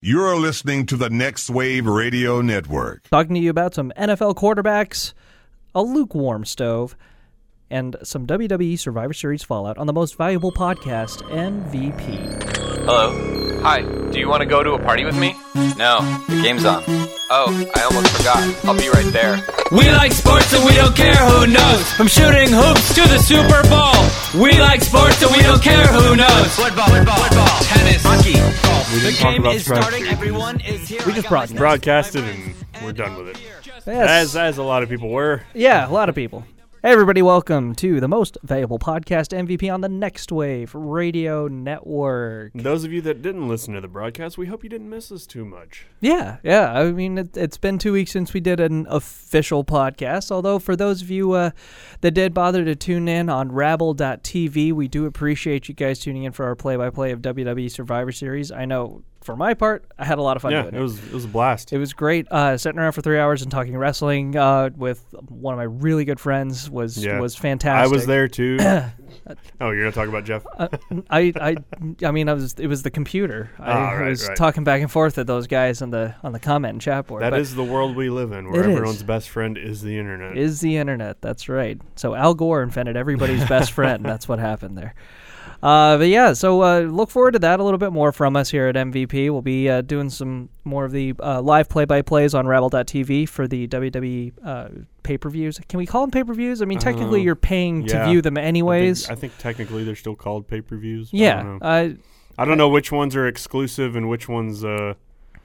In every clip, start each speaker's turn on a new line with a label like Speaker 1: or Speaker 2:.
Speaker 1: You're listening to the Next Wave Radio Network.
Speaker 2: Talking to you about some NFL quarterbacks, a lukewarm stove, and some WWE Survivor Series fallout on the most valuable podcast, MVP.
Speaker 3: Hello. Hi. Do you want to go to a party with me?
Speaker 4: No, the game's on.
Speaker 3: Oh, I almost forgot. I'll be right there.
Speaker 5: We like sports and we don't care who knows. From shooting hoops to the Super Bowl. We like sports and we don't care who knows. Football, football, football, tennis, hockey, golf.
Speaker 6: We
Speaker 5: The
Speaker 6: didn't talk
Speaker 5: game
Speaker 6: about
Speaker 5: is
Speaker 6: Survivor
Speaker 5: starting.
Speaker 6: Series.
Speaker 5: Everyone is here.
Speaker 2: We just broad-
Speaker 6: broadcasted and we're done with it. As as a lot of people were.
Speaker 2: Yeah, a lot of people. Hey, everybody, welcome to the most valuable podcast, MVP, on the Next Wave Radio Network.
Speaker 6: Those of you that didn't listen to the broadcast, we hope you didn't miss us too much.
Speaker 2: Yeah, yeah. I mean, it, it's been two weeks since we did an official podcast. Although, for those of you uh, that did bother to tune in on rabble.tv, we do appreciate you guys tuning in for our play by play of WWE Survivor Series. I know, for my part, I had a lot of fun
Speaker 6: Yeah,
Speaker 2: doing
Speaker 6: it was it was a blast.
Speaker 2: it was great. Uh, sitting around for three hours and talking wrestling uh, with one of my really good friends was
Speaker 6: Yeah.
Speaker 2: was fantastic. Uh,
Speaker 6: I was there too. oh, you're gonna talk about Jeff?
Speaker 2: I, I, I mean, I was. It was the computer. I
Speaker 6: Ah, right,
Speaker 2: was
Speaker 6: right.
Speaker 2: talking back and forth with those guys on the on the comment and chat board.
Speaker 6: That
Speaker 2: but
Speaker 6: is the world we live in, where
Speaker 2: It is.
Speaker 6: everyone's best friend is the internet.
Speaker 2: is the internet. That's right. So Al Gore invented everybody's best friend. That's what happened there. Uh, but yeah, so uh, look forward to that a little bit more from us here at MVP. We'll be uh, doing some more of the uh, live play-by-plays on Rabble.tv for the WWE uh, pay-per-views. Can we call them pay-per-views? I mean, technically,
Speaker 6: Uh,
Speaker 2: you're paying
Speaker 6: yeah.
Speaker 2: to view them
Speaker 6: I think-
Speaker 2: anyways.
Speaker 6: I think technically they're still called pay per views. I
Speaker 2: yeah,
Speaker 6: don't, know.
Speaker 2: uh,
Speaker 6: I don't know which ones are exclusive and which ones. Uh,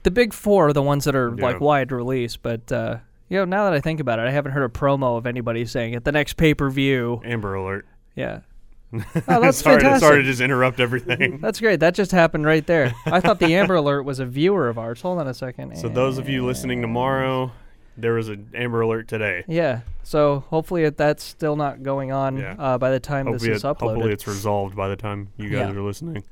Speaker 2: the big four are the ones that are
Speaker 6: Yeah.
Speaker 2: like wide release, but. Uh, you know, now that I think about it, I haven't heard a promo of anybody saying at the next pay per view.
Speaker 6: Amber Alert.
Speaker 2: Yeah. Oh, that's
Speaker 6: sorry, to,
Speaker 2: fantastic.
Speaker 6: sorry to just interrupt everything.
Speaker 2: That's great. That just happened right there. I thought the Amber Alert was a viewer of ours. Hold on a second.
Speaker 6: So those of you listening tomorrow, there was an Amber Alert today.
Speaker 2: Yeah. So hopefully it, that's still not going on
Speaker 6: Yeah.
Speaker 2: uh, by the time
Speaker 6: Hopefully,
Speaker 2: this is
Speaker 6: it- hopefully
Speaker 2: uploaded.
Speaker 6: it's resolved by the time you guys
Speaker 2: Yeah.
Speaker 6: are listening.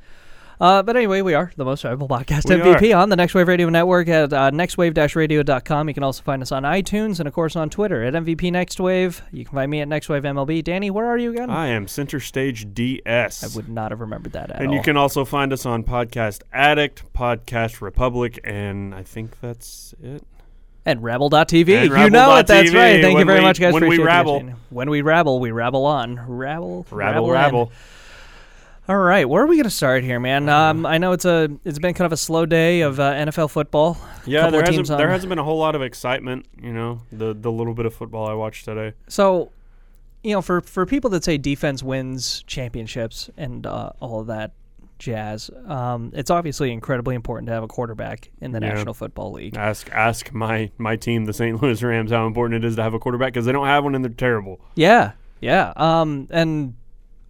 Speaker 2: Uh, but anyway, we are the most valuable podcast
Speaker 6: We
Speaker 2: MVP on the Next Wave Radio Network at uh, nextwave-radio.com. You can also find us on iTunes and, of course, on Twitter at MVP Next Wave. You can find me at Next Wave MLB. Danny, where are you again?
Speaker 6: I am Center Stage DS.
Speaker 2: I would not have remembered that at
Speaker 6: and you
Speaker 2: all.
Speaker 6: can also find us on Podcast Addict, Podcast Republic, and I think that's it.
Speaker 2: And rabble.tv.
Speaker 6: And
Speaker 2: you know it. That's
Speaker 6: rabble.tv,
Speaker 2: right. Thank you
Speaker 6: when
Speaker 2: very
Speaker 6: we-
Speaker 2: much, guys.
Speaker 6: when we
Speaker 2: Appreciate you
Speaker 6: rabble.
Speaker 2: listening. When we rabble, we rabble on. Rabble.
Speaker 6: Rabble,
Speaker 2: in.
Speaker 6: rabble.
Speaker 2: All right. Where are we going to start here, man?
Speaker 6: Uh-huh.
Speaker 2: Um, I know it's a it's been kind of a slow day of uh, NFL football.
Speaker 6: Yeah,
Speaker 2: Couple
Speaker 6: there
Speaker 2: of
Speaker 6: hasn't,
Speaker 2: teams on.
Speaker 6: there hasn't been a whole lot of excitement, you know, the, the little bit of football I watched today.
Speaker 2: So, you know, for for people that say defense wins championships and uh, all of that jazz, um, it's obviously incredibly important to have a quarterback in the
Speaker 6: Yeah.
Speaker 2: National Football League.
Speaker 6: Ask ask my, my team, the St. Louis Rams, how important it is to have a quarterback because they don't have one and they're terrible.
Speaker 2: Yeah, yeah. Um, and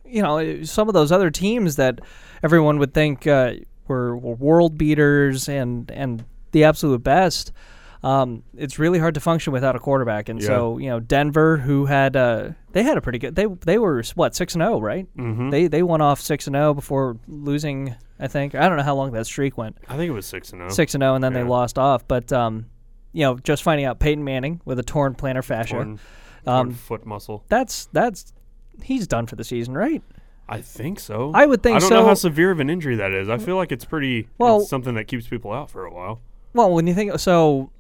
Speaker 2: you know, some of those other teams that everyone would think uh, were, were world beaters and and the absolute best. Um, it's really hard to function without a quarterback, and so you know Denver, who had uh, they had a pretty good they they were what six and zero, right? Mm-hmm. They they went off six and zero before losing. I think I don't know how long that streak went
Speaker 6: I think it was 6 and 0.
Speaker 2: six and zero, and then they
Speaker 6: Oh, Yeah.
Speaker 2: lost off. But um, you know, just finding out Peyton Manning with a torn plantar fascia,
Speaker 6: Torn- torn
Speaker 2: Um,
Speaker 6: foot muscle.
Speaker 2: that's that's he's done for the season, right?
Speaker 6: I think so.
Speaker 2: I would think
Speaker 6: I don't know how
Speaker 2: so.
Speaker 6: severe of an injury that is. I feel like it's pretty
Speaker 2: Well-
Speaker 6: it's something that keeps people out for a while.
Speaker 2: Well, when you think so,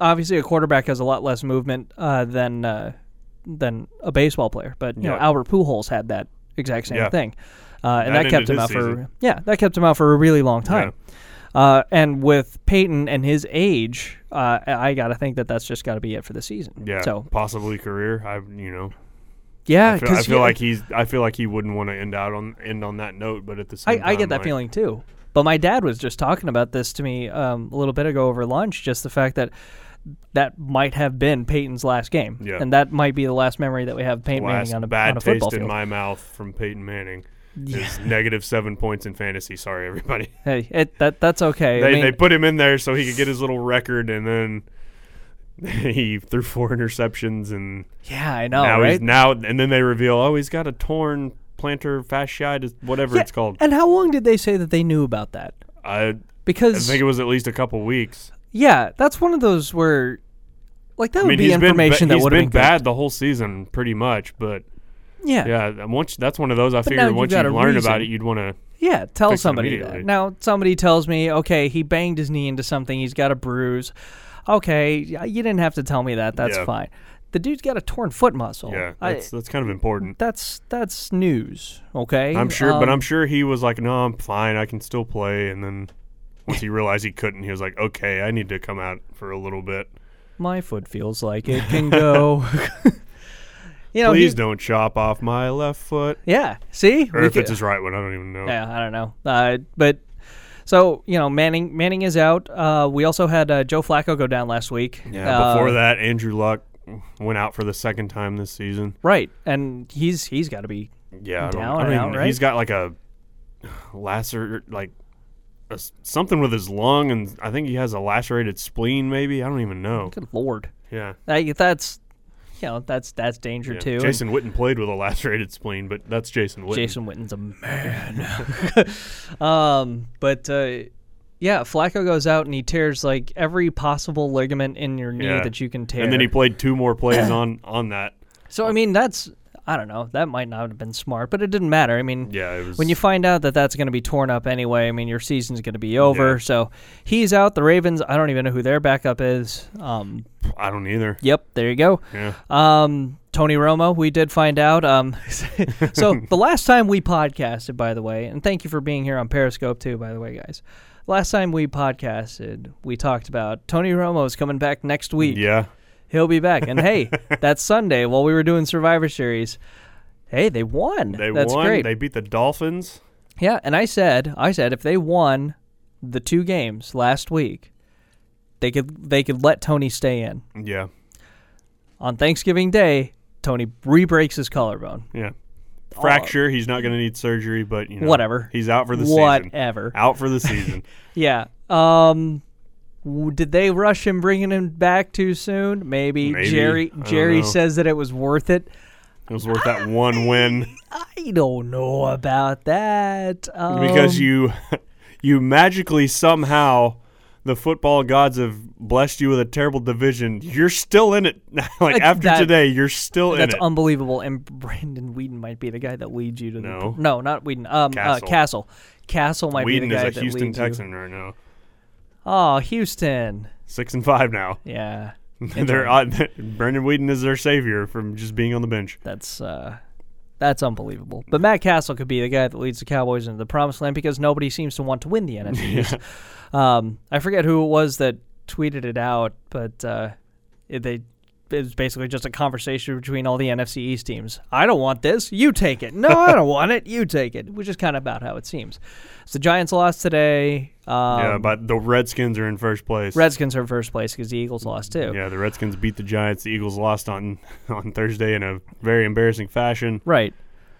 Speaker 2: obviously a quarterback has a lot less movement uh, than uh, than a baseball player. But you know,
Speaker 6: Yeah.
Speaker 2: Albert Pujols had that exact same
Speaker 6: Yeah.
Speaker 2: thing, uh, and
Speaker 6: That
Speaker 2: that, kept
Speaker 6: ended
Speaker 2: him
Speaker 6: his
Speaker 2: out for
Speaker 6: season.
Speaker 2: yeah, that kept him out for a really long time. Uh, and with Peyton and his age, uh, I got to think that that's just got to be it for the season.
Speaker 6: Yeah.
Speaker 2: So
Speaker 6: possibly career. I you know.
Speaker 2: yeah,
Speaker 6: I feel, I
Speaker 2: 'cause
Speaker 6: feel
Speaker 2: you-
Speaker 6: like he's I feel like he wouldn't want to end out on end on that note, but at the same
Speaker 2: I,
Speaker 6: time
Speaker 2: I get that
Speaker 6: like,
Speaker 2: feeling too. But my dad was just talking about this to me um, a little bit ago over lunch, just the fact that that might have been Peyton's last game,
Speaker 6: Yeah.
Speaker 2: and that might be the last memory that we have of Peyton
Speaker 6: Last
Speaker 2: Manning on a,
Speaker 6: bad
Speaker 2: on a
Speaker 6: taste
Speaker 2: football
Speaker 6: in
Speaker 2: field.
Speaker 6: my mouth from Peyton Manning is negative seven points in fantasy. Sorry, everybody.
Speaker 2: hey, it, that that's okay.
Speaker 6: They,
Speaker 2: I mean,
Speaker 6: they put him in there so he could get his little record, and then he threw four interceptions, and
Speaker 2: yeah, I know,
Speaker 6: now
Speaker 2: Oh, right?
Speaker 6: he's now. And then they reveal, oh, he's got a torn plantar fasciitis, whatever
Speaker 2: Yeah,
Speaker 6: it's called.
Speaker 2: And how long did they say that they knew about that?
Speaker 6: I I
Speaker 2: Because
Speaker 6: think it was at least a couple weeks.
Speaker 2: yeah, that's one of those where, like, that
Speaker 6: I
Speaker 2: would
Speaker 6: mean,
Speaker 2: be
Speaker 6: he's been ba-
Speaker 2: information that
Speaker 6: he's
Speaker 2: would
Speaker 6: been
Speaker 2: have
Speaker 6: bad the whole season, pretty much. But
Speaker 2: Yeah,
Speaker 6: yeah, and once that's one of those. I
Speaker 2: now
Speaker 6: figured
Speaker 2: you
Speaker 6: once you
Speaker 2: got a
Speaker 6: learn about
Speaker 2: reason.
Speaker 6: it, you'd want to
Speaker 2: Yeah, tell
Speaker 6: Fix it
Speaker 2: somebody that.
Speaker 6: immediately.
Speaker 2: Now, somebody tells me, okay, he banged his knee into something. He's got a bruise. Okay, y- you didn't have to tell me that. That's
Speaker 6: Yeah.
Speaker 2: fine. The dude's got a torn foot muscle.
Speaker 6: Yeah,
Speaker 2: Oh. I-
Speaker 6: that's that's kind of important.
Speaker 2: that's that's news. Okay,
Speaker 6: I'm sure, but
Speaker 2: Um,
Speaker 6: I'm sure he was like, "No, I'm fine. I can still play." And then once he realized he couldn't, he was like, "Okay, I need to come out for a little bit.
Speaker 2: my foot feels like it can go. you know,
Speaker 6: Please
Speaker 2: he-
Speaker 6: don't chop off my left foot,
Speaker 2: yeah. See,
Speaker 6: or
Speaker 2: We
Speaker 6: if
Speaker 2: could-
Speaker 6: it's his right one, I don't even know."
Speaker 2: Yeah, I don't know. Uh, but so you know, Manning Manning is out. Uh, we also had uh, Joe Flacco go down last week.
Speaker 6: Yeah,
Speaker 2: Uh,
Speaker 6: before that, Andrew Luck went out for the second time this season.
Speaker 2: right? And he's he's got to be
Speaker 6: Yeah, I don't,
Speaker 2: Down
Speaker 6: I
Speaker 2: and
Speaker 6: mean,
Speaker 2: out, right?
Speaker 6: he's got like a lacer, like a s something with his lung, and I think he has a lacerated spleen. Maybe I don't even know.
Speaker 2: good lord.
Speaker 6: Yeah,
Speaker 2: Like, that's you know that's that's danger
Speaker 6: yeah.
Speaker 2: too. And
Speaker 6: Jason Witten played with a lacerated spleen, but that's Jason Witten.
Speaker 2: Jason Witten's a man. um, but uh, yeah, Flacco goes out and he tears like every possible ligament in your knee
Speaker 6: Yeah.
Speaker 2: that you can tear.
Speaker 6: And then he played two more plays on on that.
Speaker 2: so I mean that's I don't know that might not have been smart, but it didn't matter. I mean
Speaker 6: Yeah, it was.
Speaker 2: when you find out that that's going to be torn up anyway, I mean your season's going to be over.
Speaker 6: Yeah.
Speaker 2: So he's out. The Ravens. I don't even know who their backup is. Um,
Speaker 6: I don't either.
Speaker 2: yep, there you go.
Speaker 6: Yeah,
Speaker 2: Um, Tony Romo, we did find out. Um, so the last time we podcasted, by the way, and thank you for being here on Periscope too, by the way, guys. Last time we podcasted, we talked about Tony Romo is coming back next week.
Speaker 6: yeah.
Speaker 2: He'll be back. And hey, that Sunday while we were doing Survivor Series, hey, they won.
Speaker 6: They
Speaker 2: That's
Speaker 6: won.
Speaker 2: great.
Speaker 6: They beat the Dolphins.
Speaker 2: Yeah, and I said, I said if they won the two games last week, they could they could let Tony stay in.
Speaker 6: Yeah,
Speaker 2: On Thanksgiving Day, Tony re-breaks his collarbone.
Speaker 6: yeah. Fracture. he's not going to need surgery, but you know,
Speaker 2: Whatever.
Speaker 6: He's out for the season.
Speaker 2: Whatever.
Speaker 6: Out for the season.
Speaker 2: Yeah. Um w- did they rush him bringing him back too soon? Maybe,
Speaker 6: Maybe. I
Speaker 2: Jerry
Speaker 6: don't
Speaker 2: Jerry
Speaker 6: know.
Speaker 2: says that it was worth it.
Speaker 6: It was worth that one win
Speaker 2: I don't know about that. Um,
Speaker 6: because you you magically somehow the football gods have blessed you with a terrible division. You're still in it. like after
Speaker 2: that-
Speaker 6: today, you're still in
Speaker 2: That's
Speaker 6: it.
Speaker 2: unbelievable. And Brandon Whedon might be the guy that leads you to
Speaker 6: No.
Speaker 2: the no, not Whedon. Um, Castle.
Speaker 6: Castle.
Speaker 2: Uh, Castle. Castle might be
Speaker 6: Whedon
Speaker 2: the guy
Speaker 6: is a
Speaker 2: that
Speaker 6: Houston
Speaker 2: leads you.
Speaker 6: Texan right now.
Speaker 2: Oh, Houston.
Speaker 6: Six and five now.
Speaker 2: Yeah,
Speaker 6: They're on, Brandon Whedon is their savior from just being on the bench.
Speaker 2: that's uh, that's unbelievable. But Matt Castle could be the guy that leads the Cowboys into the promised land because nobody seems to want to win the NFC. East. Um, I forget who it was that tweeted it out, but uh, it, they. It was basically just a conversation between all the NFC East teams. I don't want this. You take it. No, I don't want it. You take it. Which is kind of about how it seems. So the Giants lost today. Um,
Speaker 6: yeah, but the Redskins are in first place.
Speaker 2: Redskins are in first place because the Eagles lost too.
Speaker 6: yeah, the Redskins beat the Giants. The Eagles lost on on Thursday in a very embarrassing fashion.
Speaker 2: Right.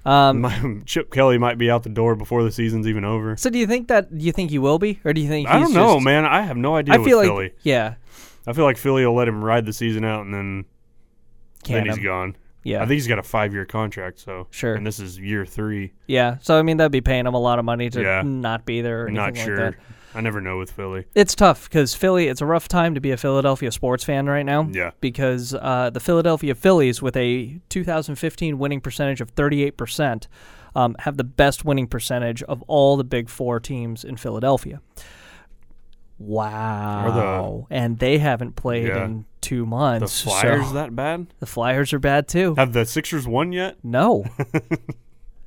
Speaker 2: Um,
Speaker 6: My, Chip Kelly might be out the door before the season's even over.
Speaker 2: So do you think that do you think he will be, or do you think he's
Speaker 6: I don't know,
Speaker 2: just-
Speaker 6: man. I have no idea.
Speaker 2: I feel like
Speaker 6: with Philly.
Speaker 2: yeah,
Speaker 6: I feel like Philly will let him ride the season out, and then
Speaker 2: can
Speaker 6: then he's
Speaker 2: him.
Speaker 6: gone.
Speaker 2: Yeah,
Speaker 6: I think he's got a five year contract. So
Speaker 2: Sure.
Speaker 6: and this is year three.
Speaker 2: yeah. So I mean, that'd be paying him a lot of money to
Speaker 6: Yeah.
Speaker 2: not be there. Or
Speaker 6: I'm not
Speaker 2: anything
Speaker 6: sure.
Speaker 2: Like that.
Speaker 6: I never know with Philly.
Speaker 2: It's tough because Philly. It's a rough time to be a Philadelphia sports fan right now.
Speaker 6: Yeah.
Speaker 2: because uh, the Philadelphia Phillies, with a 2015 winning percentage of 38 percent, um, have the best winning percentage of all the Big Four teams in Philadelphia. Wow! and they haven't played
Speaker 6: Yeah.
Speaker 2: in two
Speaker 6: The
Speaker 2: months. so-
Speaker 6: Flyers that bad?
Speaker 2: The Flyers are bad too.
Speaker 6: Have the Sixers won yet?
Speaker 2: No.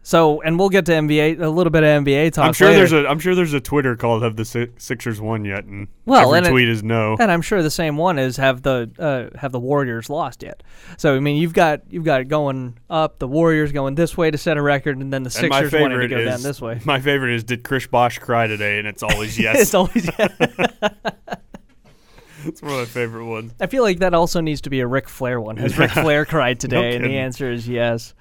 Speaker 2: so, and we'll get to NBA a little bit of NBA talk.
Speaker 6: I'm sure
Speaker 2: later.
Speaker 6: there's a I'm sure there's a Twitter called "Have the Si- Sixers won yet?" and
Speaker 2: Well,
Speaker 6: every
Speaker 2: and it-
Speaker 6: tweet is no.
Speaker 2: and I'm sure the same one is have the uh, have the Warriors lost yet. So I mean, you've got you've got it going up. The Warriors going this way to set a record, and then the
Speaker 6: And my
Speaker 2: Sixers wanting to
Speaker 6: favorite
Speaker 2: go
Speaker 6: is
Speaker 2: down this way.
Speaker 6: my favorite is did Chris Bosch cry today? And it's always yes.
Speaker 2: It's always.
Speaker 6: it's one of my favorite ones.
Speaker 2: I feel like that also needs to be a Ric Flair one. Has Ric Flair cried today? and the
Speaker 6: kidding.
Speaker 2: answer is yes.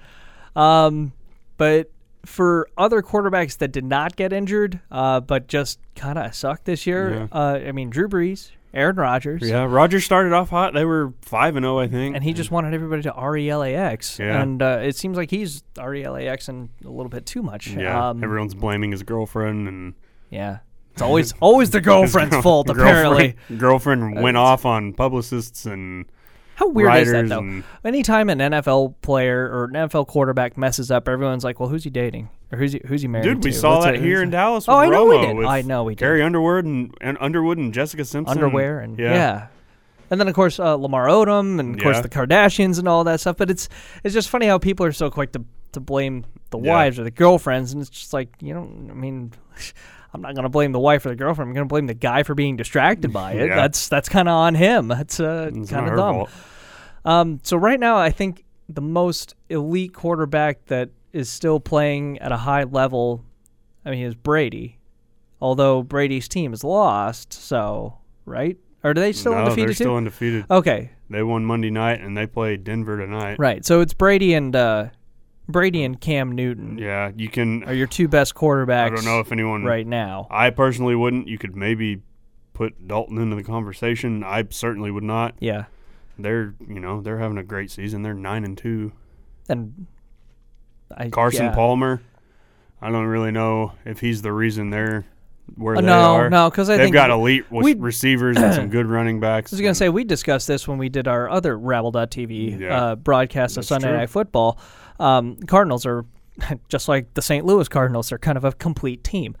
Speaker 2: Um, but for other quarterbacks that did not get injured, uh, but just kind of suck this year, uh, I mean, Drew Brees, Aaron Rodgers.
Speaker 6: Yeah, Rogers started off hot. They were five and zero, I think.
Speaker 2: And he just wanted everybody to E RELAX.
Speaker 6: Yeah.
Speaker 2: And uh, it seems like he's RELAX and a little bit too much.
Speaker 6: yeah,
Speaker 2: Um,
Speaker 6: everyone's blaming his girlfriend and
Speaker 2: yeah. It's always always the girlfriend's fault,
Speaker 6: girlfriend-
Speaker 2: apparently.
Speaker 6: Girlfriend went off on publicists and
Speaker 2: How weird is that
Speaker 6: writers
Speaker 2: though?
Speaker 6: and-
Speaker 2: Anytime an NFL player or an NFL quarterback messes up, everyone's like, "Well, who's he dating? Or who's he who's he married
Speaker 6: Dude, we
Speaker 2: to?
Speaker 6: saw
Speaker 2: What's
Speaker 6: that
Speaker 2: it-
Speaker 6: here
Speaker 2: who's
Speaker 6: in
Speaker 2: it-
Speaker 6: Dallas.
Speaker 2: Oh,
Speaker 6: with
Speaker 2: I know we
Speaker 6: Romo
Speaker 2: did.
Speaker 6: with
Speaker 2: I know we did.
Speaker 6: Carrie Underwood and, and Underwood and Jessica Simpson.
Speaker 2: underwear and yeah. And then of course uh, Lamar Odom and of course
Speaker 6: Yeah.
Speaker 2: the Kardashians and all that stuff. But it's it's just funny how people are so quick to to blame the
Speaker 6: Yeah.
Speaker 2: wives or the girlfriends, and it's just like you know, I mean. I'm not gonna blame the wife or the girlfriend. I'm gonna blame the guy for being distracted by it.
Speaker 6: Yeah.
Speaker 2: That's that's kind of on him. That's uh,
Speaker 6: It's
Speaker 2: kind
Speaker 6: not
Speaker 2: of
Speaker 6: her
Speaker 2: dumb.
Speaker 6: fault.
Speaker 2: Um, so right now, I think the most elite quarterback that is still playing at a high level, I mean, is Brady. Although Brady's team is lost, so right? Are they still
Speaker 6: no,
Speaker 2: undefeated? too?
Speaker 6: they're still undefeated.
Speaker 2: okay,
Speaker 6: They won Monday night and they play Denver tonight.
Speaker 2: right. So it's Brady and uh, Brady and Cam Newton
Speaker 6: Yeah, you can.
Speaker 2: are your two best quarterbacks.
Speaker 6: I don't know if anyone.
Speaker 2: right now.
Speaker 6: I personally wouldn't. You could maybe put Dalton into the conversation. I certainly would not.
Speaker 2: Yeah,
Speaker 6: They're you know they're having a great season. They're nine and two.
Speaker 2: and I,
Speaker 6: Carson
Speaker 2: yeah.
Speaker 6: Palmer. I don't really know if he's the reason they're where
Speaker 2: Uh,
Speaker 6: they
Speaker 2: no,
Speaker 6: are.
Speaker 2: no, 'cause I
Speaker 6: they've
Speaker 2: think
Speaker 6: got elite
Speaker 2: we-
Speaker 6: we, receivers and some good running backs.
Speaker 2: I was going to say we discussed this when we did our other Rabble.tv
Speaker 6: Yeah.
Speaker 2: uh, broadcast of
Speaker 6: That's
Speaker 2: Sunday
Speaker 6: true.
Speaker 2: Night Football. Um, Cardinals are just like the St. Louis Cardinals; they're kind of a complete team,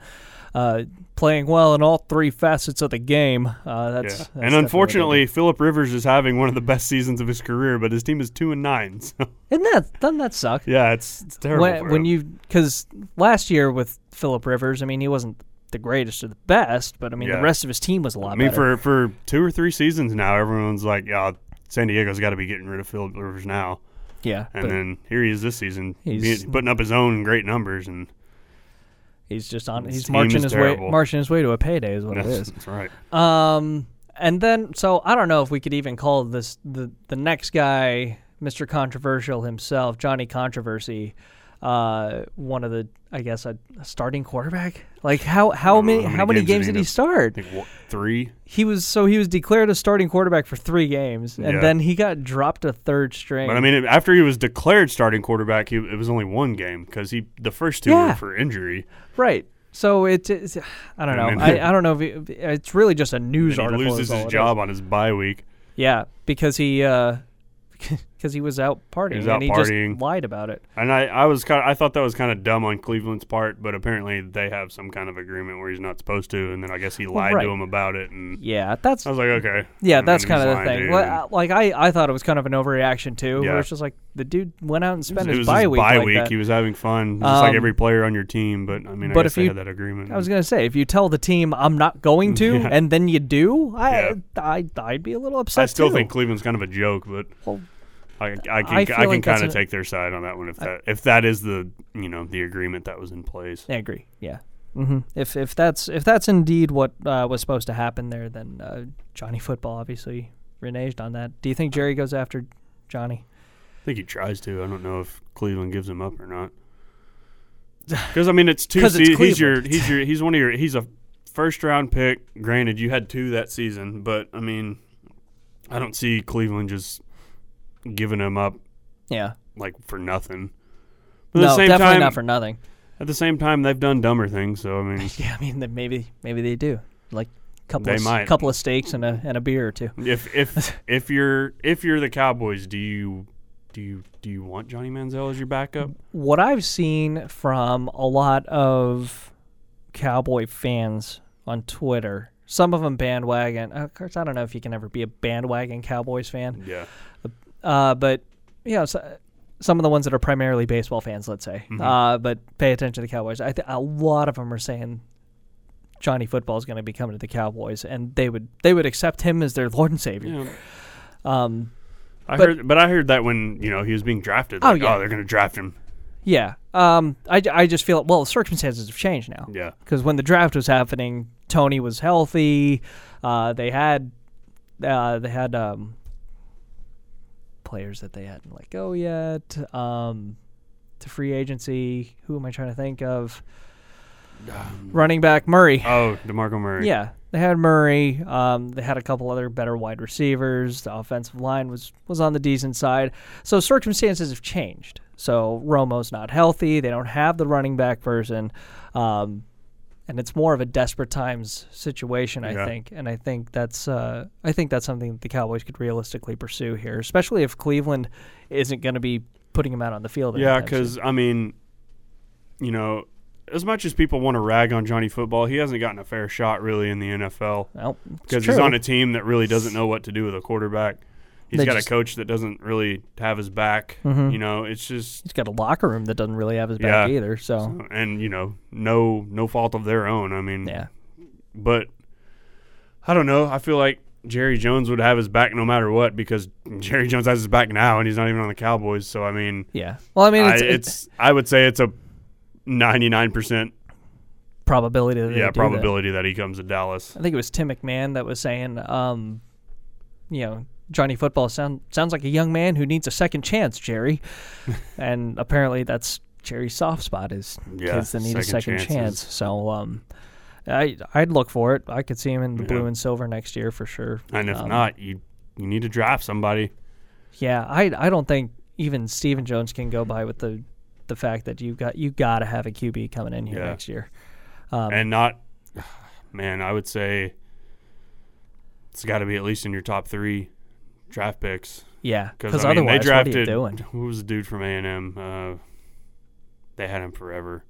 Speaker 2: uh, playing well in all three facets of the game. Uh, that's,
Speaker 6: Yeah.
Speaker 2: that's definitely what
Speaker 6: and
Speaker 2: they
Speaker 6: unfortunately, Philip Rivers is having one of the best seasons of his career, but his team is two and nine. So
Speaker 2: do. isn't that doesn't that suck?
Speaker 6: yeah, it's, it's terrible.
Speaker 2: when,
Speaker 6: for
Speaker 2: when
Speaker 6: him.
Speaker 2: you because last year with Philip Rivers, I mean, he wasn't the greatest or the best, but I mean,
Speaker 6: Yeah.
Speaker 2: the rest of his team was a lot.
Speaker 6: I mean,
Speaker 2: better.
Speaker 6: for for two or three seasons now, everyone's like, "Yeah, San Diego's got to be getting rid of Philip Rivers now."
Speaker 2: yeah,
Speaker 6: And
Speaker 2: but
Speaker 6: then here he is this season,
Speaker 2: He's-
Speaker 6: being- putting up his own great numbers, and
Speaker 2: he's just on. He's
Speaker 6: team
Speaker 2: marching
Speaker 6: is
Speaker 2: his way,
Speaker 6: terrible.
Speaker 2: marching his way to a payday, is what it
Speaker 6: that's,
Speaker 2: is.
Speaker 6: that's right.
Speaker 2: Um, and then so I don't know if we could even call this the the next guy, Mr. Controversial himself, Johnny Controversy, uh, one of the I guess a, a starting quarterback. Like how how
Speaker 6: don't know
Speaker 2: many
Speaker 6: how
Speaker 2: Oh, how
Speaker 6: many
Speaker 2: many, games,
Speaker 6: games did he
Speaker 2: did he
Speaker 6: end up- I
Speaker 2: start?
Speaker 6: think what, three.
Speaker 2: He was so he was declared a starting quarterback for three games, and
Speaker 6: Yeah.
Speaker 2: then he got dropped to third string.
Speaker 6: But I mean, it- after he was declared starting quarterback, he, it was only one game because he the first two were
Speaker 2: Yeah.
Speaker 6: for injury.
Speaker 2: right. So it is, I don't know.
Speaker 6: I
Speaker 2: I,
Speaker 6: mean-
Speaker 2: I, don't know if it, it's really just a news
Speaker 6: And he
Speaker 2: article. is
Speaker 6: loses
Speaker 2: all
Speaker 6: his
Speaker 2: it is.
Speaker 6: job on his bye week.
Speaker 2: Yeah, because he uh, because he was out partying
Speaker 6: was out
Speaker 2: and he
Speaker 6: partying.
Speaker 2: just lied about it.
Speaker 6: And I, I was kind of, I thought that was kind of dumb on Cleveland's part, but apparently they have some kind of agreement where he's not supposed to, and then I guess he lied
Speaker 2: right.
Speaker 6: to him about it, and
Speaker 2: Yeah, that's
Speaker 6: I was like, okay,
Speaker 2: yeah,
Speaker 6: I mean,
Speaker 2: that's
Speaker 6: he's
Speaker 2: kind of the
Speaker 6: lying,
Speaker 2: thing.
Speaker 6: dude.
Speaker 2: Well, I- like I, I thought it was kind of an overreaction too.
Speaker 6: Yeah.
Speaker 2: Where it's just like the dude went out and
Speaker 6: It was
Speaker 2: spent his
Speaker 6: his
Speaker 2: bye week.
Speaker 6: bye
Speaker 2: like
Speaker 6: week.
Speaker 2: that.
Speaker 6: He was having fun, just like
Speaker 2: Um,
Speaker 6: every player on your team. But I mean, I
Speaker 2: but
Speaker 6: guess
Speaker 2: if
Speaker 6: they
Speaker 2: you-
Speaker 6: had that agreement.
Speaker 2: I was gonna say if you tell the team I'm not going to,
Speaker 6: Yeah.
Speaker 2: and then you do, I,
Speaker 6: Yeah.
Speaker 2: I I'd be a little upset.
Speaker 6: I still
Speaker 2: too.
Speaker 6: think Cleveland's kind of a joke, but
Speaker 2: Well,
Speaker 6: I, I can
Speaker 2: I
Speaker 6: I,
Speaker 2: feel
Speaker 6: can
Speaker 2: like that's
Speaker 6: kind of
Speaker 2: an-
Speaker 6: take their side on that one if that if that is the you know the agreement that was in place.
Speaker 2: I agree. Yeah. hmm If if that's if that's indeed what uh, was supposed to happen there, then uh, Johnny Football obviously reneged on that. Do you think Jerry goes after Johnny?
Speaker 6: I think he tries to. I don't know if Cleveland gives him up or not. Because I mean, it's two.
Speaker 2: 'Cause it's
Speaker 6: se- he's your
Speaker 2: Cleveland.
Speaker 6: he's your he's one of your he's a first round pick. Granted, you had two that season, but I mean, I don't see Cleveland just giving him up
Speaker 2: Yeah.
Speaker 6: like for nothing. But
Speaker 2: No, definitely not for nothing.
Speaker 6: At the same time, they've done dumber things, so I mean,
Speaker 2: Yeah, I mean then maybe maybe they do like couple
Speaker 6: They
Speaker 2: of, s-
Speaker 6: might.
Speaker 2: couple of steaks and a and a beer or two.
Speaker 6: if if if you're if you're the Cowboys, do you do you do you want Johnny Manziel as your backup?
Speaker 2: What I've seen from a lot of cowboy fans on Twitter, some of them bandwagon. Of course, I don't know if you can ever be a bandwagon Cowboys fan,
Speaker 6: Yeah,
Speaker 2: uh, but you know, so, some of the ones that are primarily baseball fans, let's say, uh, but pay attention to the Cowboys. I th- a lot of them are saying Johnny Football is going to be coming to the Cowboys, and they would they would accept him as their Lord and Savior.
Speaker 6: yeah.
Speaker 2: Um,
Speaker 6: I
Speaker 2: But-
Speaker 6: heard, but I heard that when you know he was being drafted.
Speaker 2: Oh,
Speaker 6: Like, oh,
Speaker 2: yeah.
Speaker 6: they're gonna draft him.
Speaker 2: Yeah. Um. I, I just feel well. The circumstances have changed now.
Speaker 6: Yeah,
Speaker 2: Because when the draft was happening, Tony was healthy. Uh, they had, uh, they had um, players that they hadn't let go yet. Um, to free agency. Who am I trying to think of? Running back Murray.
Speaker 6: Oh, DeMarco Murray.
Speaker 2: Yeah, they had Murray. Um, they had a couple other better wide receivers. The offensive line was was on the decent side. So circumstances have changed. So Romo's not healthy. They don't have the running back person. Um, and it's more of a desperate times situation, I
Speaker 6: Yeah.
Speaker 2: think. And I think that's uh, I think that's something that the Cowboys could realistically pursue here, especially if Cleveland isn't going to be putting him out on the field.
Speaker 6: Yeah,
Speaker 2: anytime soon.
Speaker 6: because I mean, you know, as much as people want to rag on Johnny Football, he hasn't gotten a fair shot really in the NFL
Speaker 2: well, it's
Speaker 6: because he's
Speaker 2: true.
Speaker 6: on a team that really doesn't know what to do with a quarterback. He's
Speaker 2: They
Speaker 6: got
Speaker 2: just- Mm-hmm.
Speaker 6: a coach that doesn't really have his back. You know, it's just
Speaker 2: He's got a locker room that doesn't really have his back
Speaker 6: Yeah.
Speaker 2: either. So,
Speaker 6: and you know, no no fault of their own. I mean,
Speaker 2: yeah,
Speaker 6: but I don't know. I feel like Jerry Jones would have his back no matter what because Jerry Jones has his back now and he's not even on the Cowboys. So I mean,
Speaker 2: yeah. Well, I mean,
Speaker 6: I,
Speaker 2: it's, it's
Speaker 6: it's I would say it's a ninety nine percent
Speaker 2: probability. That they
Speaker 6: yeah
Speaker 2: do that.
Speaker 6: probability that. he comes to Dallas.
Speaker 2: I think it was Tim McMahon that was saying, um, you know, Johnny Football sound, sounds like a young man who needs a second chance, Jerry. and apparently that's Jerry's soft spot is
Speaker 6: Yeah,
Speaker 2: kids that need a
Speaker 6: second
Speaker 2: second
Speaker 6: chances.
Speaker 2: chance. So um, I, I'd look for it. I could see him in the blue and silver next year for sure.
Speaker 6: And if
Speaker 2: Um,
Speaker 6: not, you you need to draft somebody.
Speaker 2: Yeah, I, I don't think even Stephen Jones can go by with the, the fact that you got you got to have a QB coming in here
Speaker 6: Yeah.
Speaker 2: next year.
Speaker 6: and not man, I would say it's got to be at least in your top three draft picks.
Speaker 2: Yeah,
Speaker 6: Because
Speaker 2: because
Speaker 6: I mean,
Speaker 2: otherwise,
Speaker 6: they drafted
Speaker 2: what are you doing?
Speaker 6: who was the dude from A and M? Uh, they had him forever.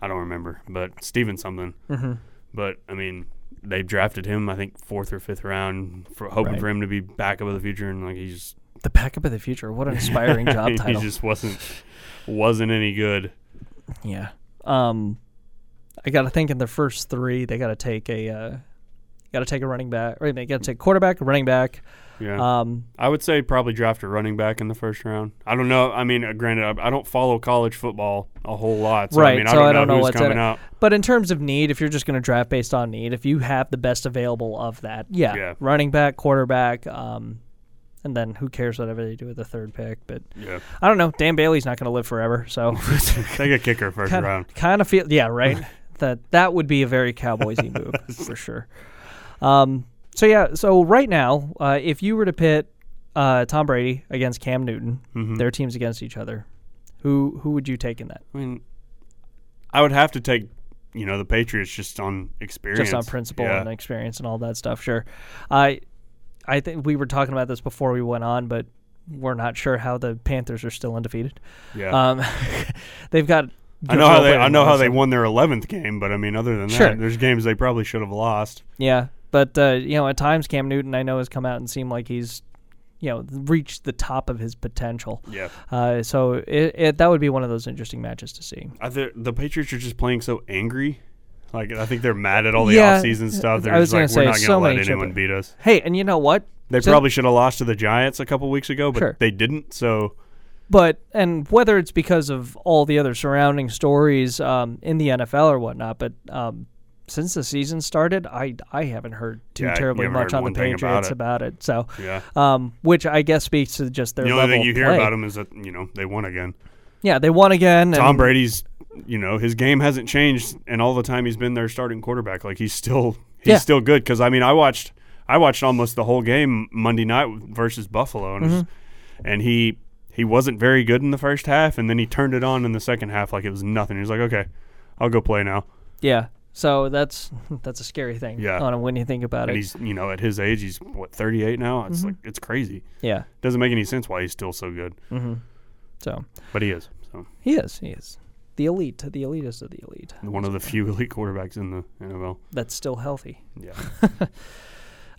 Speaker 6: I don't remember, but Steven something.
Speaker 2: Mm-hmm.
Speaker 6: But I mean, they drafted him. I think fourth or fifth round, for, hoping
Speaker 2: Right.
Speaker 6: for him to be backup of the future, and like he just
Speaker 2: The backup of the future. What an inspiring job
Speaker 6: he
Speaker 2: title.
Speaker 6: just wasn't wasn't any good.
Speaker 2: Yeah. Um, I got to think in the first three, they got to take a, uh, got to take a running back, or they got to take quarterback, running back.
Speaker 6: Yeah,
Speaker 2: Um,
Speaker 6: I would say probably draft a running back in the first round. I don't know. I mean, uh, granted, I, I don't follow college football a whole lot, so
Speaker 2: right.
Speaker 6: I mean,
Speaker 2: so
Speaker 6: I don't know who's
Speaker 2: what's in
Speaker 6: coming
Speaker 2: it.
Speaker 6: out.
Speaker 2: But in terms of need, if you're just going to draft based on need, if you have the best available of that, yeah,
Speaker 6: Yeah.
Speaker 2: running back, quarterback, um, and then who cares whatever they do with the third pick. But
Speaker 6: Yeah,
Speaker 2: I don't know. Dan Bailey's not going to live forever, so
Speaker 6: take a kicker first round.
Speaker 2: kind of feel yeah right that that would be a very cowboysy move for sure um so yeah so right now uh, if you were to pit uh, tom brady against cam newton
Speaker 6: Mm-hmm.
Speaker 2: their teams against each other who who would you take in that
Speaker 6: I mean, I would have to take, you know, the Patriots just on experience,
Speaker 2: just on principle
Speaker 6: Yeah.
Speaker 2: and experience and all that stuff sure i i think we were talking about this before we went on but we're not sure how the panthers are still undefeated
Speaker 6: yeah.
Speaker 2: um they've got
Speaker 6: Uh-huh. I know how
Speaker 2: Joe
Speaker 6: they.
Speaker 2: Burrow
Speaker 6: I know how they
Speaker 2: also.
Speaker 6: won their eleventh game, but I mean, other than
Speaker 2: Sure.
Speaker 6: that, there's games they probably should have lost.
Speaker 2: Yeah, but uh, you know, at times Cam Newton, I know, has come out and seemed like he's, you know, reached the top of his potential.
Speaker 6: Yeah,
Speaker 2: Uh, so it, it that would be one of those interesting matches to see.
Speaker 6: I th- the Patriots are just playing so angry. Like I think they're mad at all the
Speaker 2: Yeah, uh,
Speaker 6: offseason stuff. They're
Speaker 2: I was
Speaker 6: just like,
Speaker 2: gonna
Speaker 6: we're
Speaker 2: say,
Speaker 6: not
Speaker 2: so
Speaker 6: going to
Speaker 2: many
Speaker 6: let
Speaker 2: chip-
Speaker 6: anyone beat us.
Speaker 2: Hey, and you know what?
Speaker 6: They
Speaker 2: So-
Speaker 6: probably should have lost to the Giants a couple weeks ago, but
Speaker 2: Sure.
Speaker 6: they didn't. So
Speaker 2: But and whether it's because of all the other surrounding stories um, in the NFL or whatnot, but um, since the season started, I I haven't heard too
Speaker 6: Yeah, you
Speaker 2: terribly
Speaker 6: haven't
Speaker 2: much
Speaker 6: heard
Speaker 2: on the
Speaker 6: one thing
Speaker 2: Patriots about
Speaker 6: about it.
Speaker 2: it. So,
Speaker 6: yeah,
Speaker 2: um, which I guess speaks to just their
Speaker 6: the only
Speaker 2: level
Speaker 6: thing you
Speaker 2: of
Speaker 6: hear
Speaker 2: play.
Speaker 6: about them is that you know they won again.
Speaker 2: Yeah, they won again.
Speaker 6: Tom
Speaker 2: and,
Speaker 6: Brady's, you know, his game hasn't changed, and all the time he's been their starting quarterback, like he's still he's
Speaker 2: Yeah.
Speaker 6: still good. Because I mean, I watched I watched almost the whole game Monday night versus Buffalo, and, it
Speaker 2: Mm-hmm.
Speaker 6: was- and he he wasn't very good in the first half, and then he turned it on in the second half like it was nothing. He was like, okay, I'll go play now,
Speaker 2: Yeah. So that's that's a scary thing.
Speaker 6: Yeah.
Speaker 2: On when you think about
Speaker 6: and
Speaker 2: it.
Speaker 6: he's you know at his age he's what thirty eight now.
Speaker 2: Mm-hmm.
Speaker 6: It's like it's crazy.
Speaker 2: Yeah.
Speaker 6: Doesn't make any sense why he's still so good,
Speaker 2: So
Speaker 6: but he is. So
Speaker 2: he is. He is the elite. The elitist of the elite.
Speaker 6: one of the few elite quarterbacks in the NFL.
Speaker 2: That's still healthy.
Speaker 6: Yeah,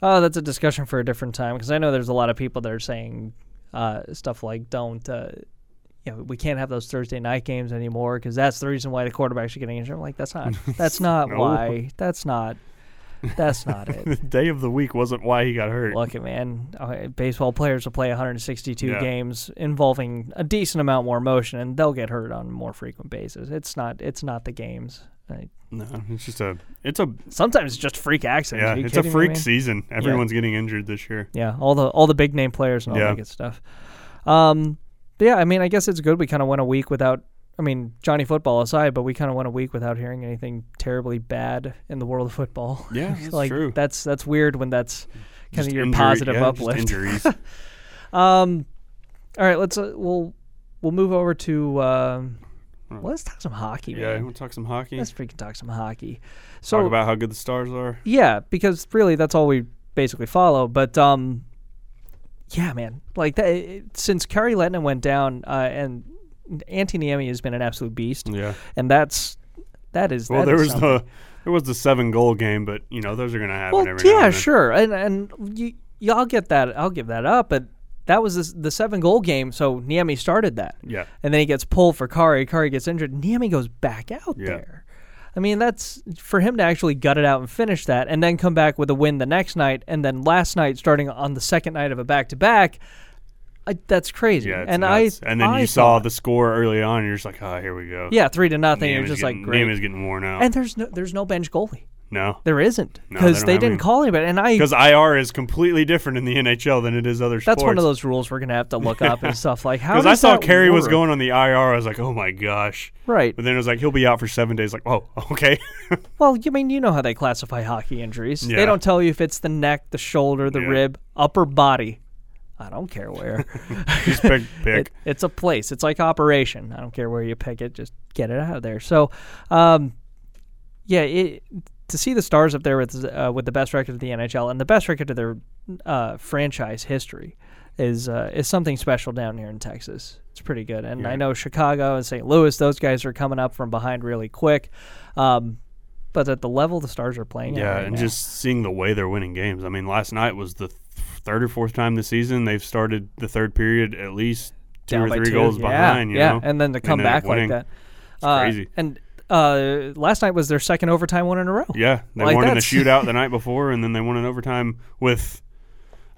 Speaker 2: Oh, that's a discussion for a different time because I know there's a lot of people that are saying uh, stuff like, "Don't." Uh, you know, we can't have those Thursday night games anymore because that's the reason why the quarterbacks are getting injured. I'm like, that's not. That's not
Speaker 6: No.
Speaker 2: why. That's not. That's not it.
Speaker 6: day of the week wasn't why he got hurt.
Speaker 2: Look, man, okay, baseball players will play 162
Speaker 6: Yeah.
Speaker 2: games involving a decent amount more motion, and they'll get hurt on a more frequent basis. It's not it's not the games. Like,
Speaker 6: No, it's just a it's a
Speaker 2: sometimes it's just freak accidents.
Speaker 6: yeah,
Speaker 2: Are you
Speaker 6: it's a
Speaker 2: kidding me,
Speaker 6: freak
Speaker 2: man?
Speaker 6: season. Everyone's getting injured this year.
Speaker 2: Yeah, all the all the big name players and all
Speaker 6: Yeah.
Speaker 2: that good stuff. Um, but yeah, I mean, I guess it's good we kind of went a week without. I mean, Johnny football aside, but we kind of went a week without hearing anything terribly bad in the world of football.
Speaker 6: Yeah, that's
Speaker 2: like
Speaker 6: true.
Speaker 2: that's that's weird when that's kind
Speaker 6: Just
Speaker 2: of your
Speaker 6: injury-
Speaker 2: positive
Speaker 6: yeah, just
Speaker 2: uplift.
Speaker 6: injuries.
Speaker 2: Um, all right, let's uh, we'll we'll move over to um Well, let's talk some hockey,
Speaker 6: Hmm. Yeah, you
Speaker 2: man.
Speaker 6: want to talk some hockey?
Speaker 2: Let's freaking talk some hockey. So
Speaker 6: talk about how good the Stars are.
Speaker 2: yeah, because really that's all we basically follow. But um, yeah, man, like that. It, since Kari Lettinen went down, uh, and Antiniemi has been an absolute beast.
Speaker 6: Yeah.
Speaker 2: and that's that is
Speaker 6: Well,
Speaker 2: that
Speaker 6: there
Speaker 2: is
Speaker 6: was
Speaker 2: something.
Speaker 6: the there was the seven goal game, but you know those are gonna happen
Speaker 2: well,
Speaker 6: every now
Speaker 2: yeah,
Speaker 6: and then.
Speaker 2: sure, and and you, y'all get that. I'll give that up, but. That was this, the seven goal game, so Niemi started that.
Speaker 6: Yeah.
Speaker 2: And then he gets pulled for Kari. Kari gets injured. Niemi goes back out
Speaker 6: Yeah.
Speaker 2: there. I mean, that's for him to actually gut it out and finish that and then come back with a win the next night. And then last night, starting on the second night of a back to back, that's crazy.
Speaker 6: Yeah, it's
Speaker 2: and
Speaker 6: nuts.
Speaker 2: I
Speaker 6: and then
Speaker 2: I
Speaker 6: you saw
Speaker 2: it.
Speaker 6: the score early on, and you're just like, oh, here we go.
Speaker 2: yeah three to nothing.
Speaker 6: Name
Speaker 2: It was
Speaker 6: is
Speaker 2: just
Speaker 6: getting,
Speaker 2: like great.
Speaker 6: Name is getting worn out.
Speaker 2: and there's no there's no bench goalie.
Speaker 6: no,
Speaker 2: There isn't
Speaker 6: No,
Speaker 2: because
Speaker 6: they don't
Speaker 2: they,
Speaker 6: have
Speaker 2: didn't
Speaker 6: any.
Speaker 2: call anybody. And I
Speaker 6: because IR is completely different in the NHL than it is other sports.
Speaker 2: that's one of those rules we're gonna have to look up and stuff like how.
Speaker 6: Because I
Speaker 2: does
Speaker 6: saw
Speaker 2: that
Speaker 6: Carey was
Speaker 2: work?
Speaker 6: going on the IR, I was like, oh my gosh.
Speaker 2: right.
Speaker 6: But then it was like he'll be out for seven days. Like, oh, okay.
Speaker 2: Well, you mean you know how they classify hockey injuries.
Speaker 6: Yeah.
Speaker 2: They don't tell you if it's the neck, the shoulder, the
Speaker 6: Yeah.
Speaker 2: rib, upper body. I don't care where.
Speaker 6: just pick, pick.
Speaker 2: It- it's a place. It's like operation. I don't care where you pick it. Just get it out of there. So, um, yeah, it, to see the Stars up there with uh, with the best record of the NHL and the best record of their uh, franchise history is uh, is something special down here in Texas. It's pretty good, and I know Chicago and St. Louis; those guys are coming up from behind really quick. Um, but at the level the Stars are playing, at
Speaker 6: yeah,
Speaker 2: right
Speaker 6: and
Speaker 2: now-
Speaker 6: just seeing the way they're winning games. I mean, last night was the th- third or fourth time this season they've started the third period at least two
Speaker 2: down
Speaker 6: or
Speaker 2: by
Speaker 6: three goals
Speaker 2: yeah,
Speaker 6: behind. You
Speaker 2: yeah,
Speaker 6: know?
Speaker 2: and then to come
Speaker 6: end up
Speaker 2: back like
Speaker 6: winning.
Speaker 2: that, Uh,
Speaker 6: crazy.
Speaker 2: And uh, last night was their second overtime one in a row.
Speaker 6: Yeah, they
Speaker 2: Like,
Speaker 6: won in the
Speaker 2: that's-
Speaker 6: shootout the night before, and then they won in overtime with,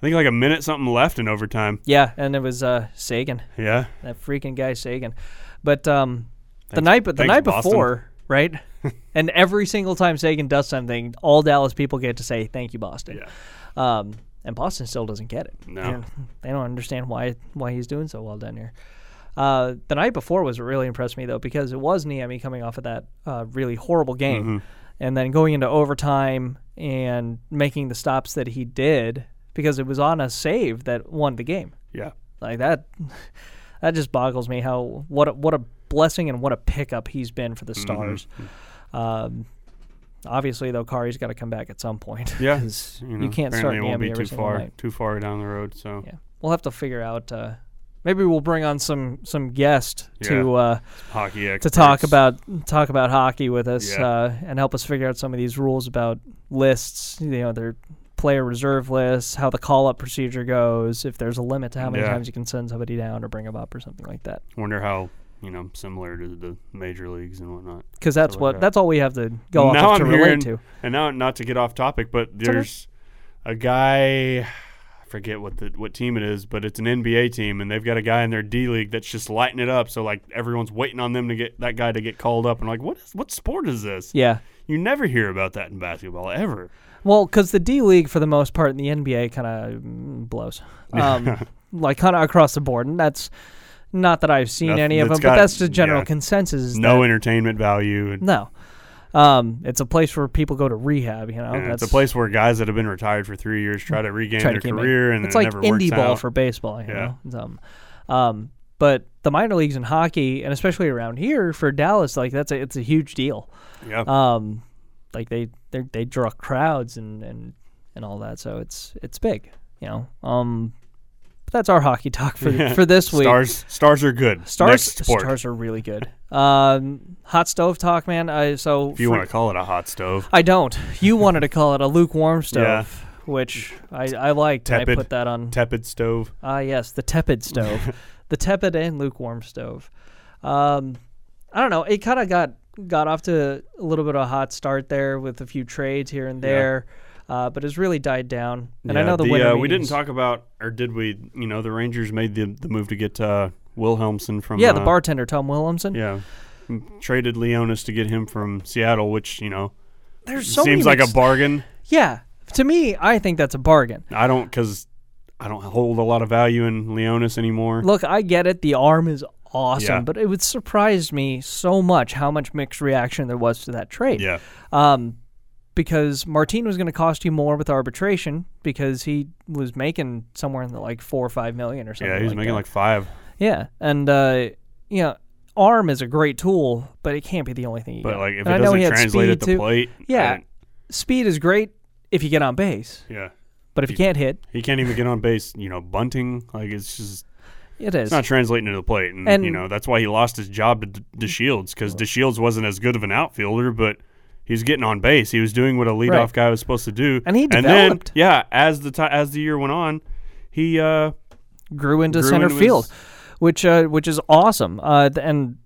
Speaker 6: I think like a minute something left in overtime.
Speaker 2: Yeah, and it was uh, Sagan,
Speaker 6: Yeah,
Speaker 2: that freaking guy Sagan. But um, the night, but the
Speaker 6: Thanks,
Speaker 2: night
Speaker 6: Boston.
Speaker 2: before, right? and every single time Sagan does something, all Dallas people get to say thank you, Boston. Um, and Boston still doesn't get it.
Speaker 6: No.
Speaker 2: They don't, they don't understand why why he's doing so well down here. Uh, the night before was what really impressed me though because it was Niemi coming off of that uh, really horrible game, and then going into overtime and making the stops that he did because it was on a save that won the game.
Speaker 6: yeah.
Speaker 2: Like that, that just boggles me how what a, what a blessing and what a pickup he's been for the Stars. Um, obviously, though, Kari's got to come back at some point.
Speaker 6: Yeah,
Speaker 2: 'cause you,
Speaker 6: know,
Speaker 2: can't start
Speaker 6: apparently it won't
Speaker 2: Niemi
Speaker 6: be
Speaker 2: every
Speaker 6: too
Speaker 2: single
Speaker 6: far,
Speaker 2: night.
Speaker 6: too far down the road. So
Speaker 2: Yeah, we'll have to figure out. Uh, maybe we'll bring on some some guest to
Speaker 6: Yeah.
Speaker 2: uh,
Speaker 6: hockey
Speaker 2: to
Speaker 6: experts.
Speaker 2: talk about talk about hockey with us
Speaker 6: Yeah.
Speaker 2: uh, and help us figure out some of these rules about lists. You know, their player reserve lists, how the call up procedure goes, if there's a limit to how many
Speaker 6: Yeah.
Speaker 2: times you can send somebody down or bring them up or something like that.
Speaker 6: Wonder how you know similar to the major leagues and whatnot.
Speaker 2: Because that's
Speaker 6: like
Speaker 2: what
Speaker 6: that.
Speaker 2: that's all we have to go off
Speaker 6: now
Speaker 2: of to
Speaker 6: I'm
Speaker 2: relate
Speaker 6: hearing,
Speaker 2: to.
Speaker 6: and now not to get off topic, but
Speaker 2: okay.
Speaker 6: there's a guy. I forget what the what team it is, but it's an NBA team, and they've got a guy in their D league that's just lighting it up. So like everyone's waiting on them to get that guy to get called up, and like what is what sport is this?
Speaker 2: Yeah.
Speaker 6: You never hear about that in basketball ever.
Speaker 2: Well, because the D League, for the most part, in the NBA kind of mm, blows. Um, like, kind of across the board. And that's not that I've seen
Speaker 6: Nothing-
Speaker 2: any of them,
Speaker 6: that's
Speaker 2: but
Speaker 6: got-
Speaker 2: that's the general
Speaker 6: yeah.
Speaker 2: consensus. is
Speaker 6: No
Speaker 2: that-
Speaker 6: entertainment value. And,
Speaker 2: No. Um, it's a place where people go to rehab, you know?
Speaker 6: and
Speaker 2: Oh, that's Mm.
Speaker 6: it's a place where guys that have been retired for three years try to regain
Speaker 2: try
Speaker 6: their
Speaker 2: to keep it.
Speaker 6: career, and
Speaker 2: it's
Speaker 6: it
Speaker 2: like
Speaker 6: never
Speaker 2: indie
Speaker 6: works
Speaker 2: ball
Speaker 6: out.
Speaker 2: for baseball, you
Speaker 6: Yeah.
Speaker 2: know? It's, Um, um, but the minor leagues in hockey, and especially around here for Dallas, like, that's a, it's a huge deal.
Speaker 6: yeah.
Speaker 2: um, like they they they draw crowds and and and all that. So it's it's big, you know. Um, but that's our hockey talk for for this week.
Speaker 6: Stars stars are good.
Speaker 2: stars,
Speaker 6: Next sport.
Speaker 2: stars are really good. um, hot stove talk, man. I so
Speaker 6: if you want to call it a hot stove.
Speaker 2: I don't. You wanted to call it a lukewarm stove.
Speaker 6: Yeah.
Speaker 2: Which I, I liked. and I
Speaker 6: Tepid.
Speaker 2: put that on.
Speaker 6: Tepid stove.
Speaker 2: Ah, yes, the tepid stove, the tepid and lukewarm stove. Um, I don't know. It kind of got got off to a little bit of a hot start there with a few trades here and there, uh, but it's really died down. And I
Speaker 6: Yeah,
Speaker 2: know the, winter
Speaker 6: uh, we didn't
Speaker 2: meetings-
Speaker 6: talk about, or did we? You know, the Rangers made the the move to get uh, Wilhelmson from
Speaker 2: Yeah, the
Speaker 6: uh,
Speaker 2: bartender Tom Williamson.
Speaker 6: Yeah, m- traded Leonis to get him from Seattle, which you know
Speaker 2: There's so
Speaker 6: seems
Speaker 2: many
Speaker 6: like a
Speaker 2: mix-
Speaker 6: bargain.
Speaker 2: Yeah, to me, I think that's a bargain.
Speaker 6: I don't because I don't hold a lot of value in Leonis anymore.
Speaker 2: Look, I get it. The arm is awesome,
Speaker 6: Yeah.
Speaker 2: but it would surprise me so much how much mixed reaction there was to that trade.
Speaker 6: yeah,
Speaker 2: um, because Martin was going to cost you more with arbitration because he was making somewhere in the like four or five million or something.
Speaker 6: yeah, he was
Speaker 2: like
Speaker 6: making
Speaker 2: that.
Speaker 6: like five.
Speaker 2: yeah, and uh, you know, arm is a great tool, but it can't be the only thing you
Speaker 6: But
Speaker 2: got.
Speaker 6: like if
Speaker 2: And I
Speaker 6: it
Speaker 2: know he
Speaker 6: doesn't
Speaker 2: had
Speaker 6: translate at the
Speaker 2: speed, too.
Speaker 6: plate,
Speaker 2: Yeah.
Speaker 6: then-
Speaker 2: Speed is great if you get on base,
Speaker 6: yeah,
Speaker 2: but if you can't hit,
Speaker 6: he can't even get on base. You know, bunting like it's just
Speaker 2: it is.
Speaker 6: it's not translating to the plate, and,
Speaker 2: And-
Speaker 6: you know that's why he lost his job to D- DeShields because DeShields wasn't as good of an outfielder, but he was getting on base. He was doing what a leadoff
Speaker 2: Right.
Speaker 6: guy was supposed to do,
Speaker 2: And he
Speaker 6: then
Speaker 2: developed.
Speaker 6: yeah, as the ti as the year went on, he uh
Speaker 2: grew into
Speaker 6: grew
Speaker 2: center
Speaker 6: into his-
Speaker 2: field, which uh, which is awesome. Uh, th- and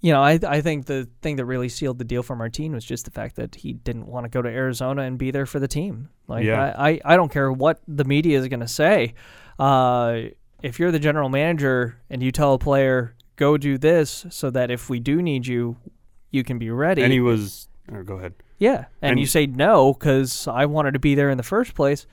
Speaker 2: you know, I I think the thing that really sealed the deal for Martine was just the fact that he didn't want to go to Arizona and be there for the team. Like
Speaker 6: Yeah.
Speaker 2: I, I I don't care what the media is going to say. Uh, if you're the general manager and you tell a player go do this so that if we do need you, you can be ready.
Speaker 6: and he was or go ahead.
Speaker 2: yeah, and,
Speaker 6: and-
Speaker 2: you say no because I wanted to be there in the first place.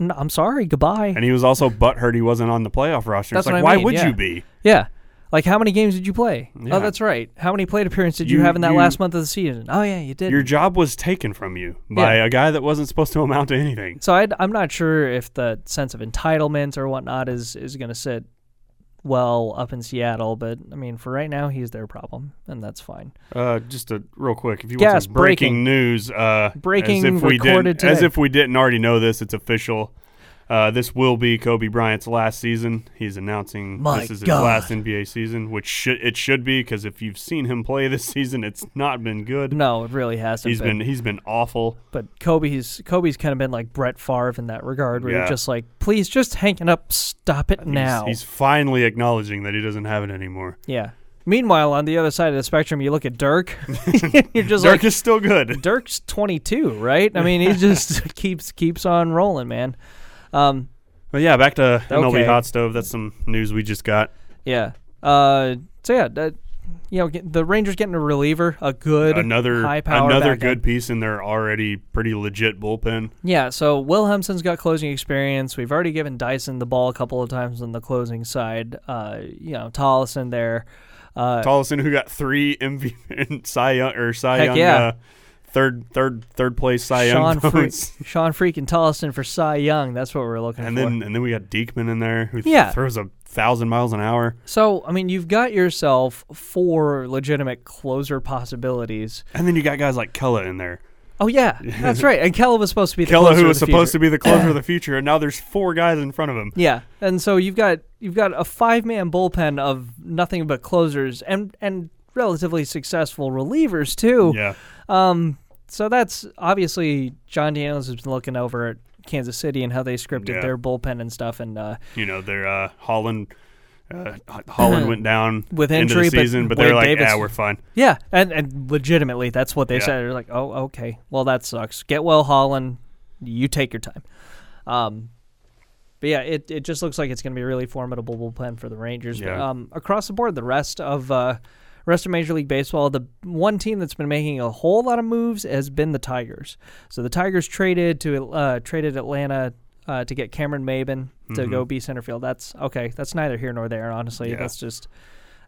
Speaker 2: N- I'm sorry. Goodbye.
Speaker 6: And he was also butthurt he wasn't on the playoff roster.
Speaker 2: That's
Speaker 6: it's
Speaker 2: what
Speaker 6: like,
Speaker 2: I
Speaker 6: why
Speaker 2: mean,
Speaker 6: would
Speaker 2: yeah.
Speaker 6: you be?
Speaker 2: Yeah. Like how many games did you play?
Speaker 6: Yeah.
Speaker 2: Oh, that's right. How many plate appearances did you,
Speaker 6: You-
Speaker 2: have in that
Speaker 6: you-
Speaker 2: last month of the season? Oh yeah, you did.
Speaker 6: Your job was taken from you by
Speaker 2: Yeah.
Speaker 6: a guy that wasn't supposed to amount to anything.
Speaker 2: so i I'm not sure if the sense of entitlement or whatnot is is going to sit well up in Seattle, but I mean, for right now, he's their problem, and that's fine.
Speaker 6: Uh, just a, real quick, if you want
Speaker 2: Gas
Speaker 6: some breaking,
Speaker 2: breaking.
Speaker 6: news, uh,
Speaker 2: Breaking
Speaker 6: as if we
Speaker 2: recorded
Speaker 6: didn't, as
Speaker 2: today.
Speaker 6: if we didn't already know this, it's official. Uh, this will be Kobe Bryant's last season. He's announcing
Speaker 2: My
Speaker 6: this is his
Speaker 2: God.
Speaker 6: last NBA season, which should it should be because if you've seen him play this season, it's not been good.
Speaker 2: No, it really hasn't.
Speaker 6: he's
Speaker 2: but,
Speaker 6: been he's been awful.
Speaker 2: but Kobe's Kobe's kind of been like Brett Favre in that regard, where you're
Speaker 6: Yeah.
Speaker 2: just like, please, just hang it up, stop it
Speaker 6: He's-
Speaker 2: now.
Speaker 6: he's finally acknowledging that he doesn't have it anymore.
Speaker 2: yeah. Meanwhile, on the other side of the spectrum, you look at Dirk. you're just
Speaker 6: Dirk
Speaker 2: like,
Speaker 6: is still good.
Speaker 2: Dirk's 22, right? I mean, he just keeps keeps on rolling, man. Um,
Speaker 6: But yeah, back to MLB
Speaker 2: Okay.
Speaker 6: Hot Stove. That's some news we just got.
Speaker 2: yeah. Uh, so yeah, that, you know, get, the Rangers getting a reliever, a good
Speaker 6: Another
Speaker 2: high power
Speaker 6: another
Speaker 2: back
Speaker 6: good
Speaker 2: end.
Speaker 6: piece in their already pretty legit bullpen.
Speaker 2: Yeah, so Wilhelmson's got closing experience. We've already given Dyson the ball a couple of times on the closing side. Uh, you know, Tollison there. Uh,
Speaker 6: Tollison, who got three MVP and Cy Young or Cy
Speaker 2: Heck
Speaker 6: Young,
Speaker 2: yeah.
Speaker 6: uh, third third third place Cy
Speaker 2: Sean
Speaker 6: Young
Speaker 2: Freak,
Speaker 6: votes.
Speaker 2: Sean Freak and Tollison for Cy Young. That's what we're looking
Speaker 6: And
Speaker 2: for.
Speaker 6: then and then we got Diekman in there who
Speaker 2: Yeah.
Speaker 6: throws a thousand miles an hour.
Speaker 2: so, I mean, you've got yourself four legitimate closer possibilities.
Speaker 6: And then you got guys like Kella in there.
Speaker 2: Oh yeah, that's right. And Kella was supposed to be the
Speaker 6: Kella,
Speaker 2: closer
Speaker 6: who
Speaker 2: of
Speaker 6: was
Speaker 2: the
Speaker 6: supposed
Speaker 2: future.
Speaker 6: to be the closer of the future, and now there's four guys in front of him.
Speaker 2: Yeah, and so you've got you've got a five man bullpen of nothing but closers and and relatively successful relievers too.
Speaker 6: Yeah.
Speaker 2: So that's obviously John Daniels has been looking over at Kansas City and how they scripted
Speaker 6: Yeah.
Speaker 2: their bullpen and stuff, and uh,
Speaker 6: you know, their uh, Holland uh, Holland went down
Speaker 2: With
Speaker 6: into
Speaker 2: injury,
Speaker 6: the
Speaker 2: but
Speaker 6: season, but, they're
Speaker 2: Wade
Speaker 6: like,
Speaker 2: Davis-
Speaker 6: yeah, we're fine.
Speaker 2: yeah, and and legitimately that's what they
Speaker 6: Yeah.
Speaker 2: said. They're like, oh okay, well that sucks. Get well, Holland. You take your time. Um, but yeah, it, it just looks like it's going to be a really formidable bullpen for the Rangers. But,
Speaker 6: Yeah.
Speaker 2: um, across the board, the rest of uh, rest of Major League Baseball, the one team that's been making a whole lot of moves has been the Tigers. So the Tigers traded to uh, traded Atlanta uh, to get Cameron Maben to go be center field. That's okay. That's neither here nor there. Honestly,
Speaker 6: Mm-hmm. Yeah.
Speaker 2: that's just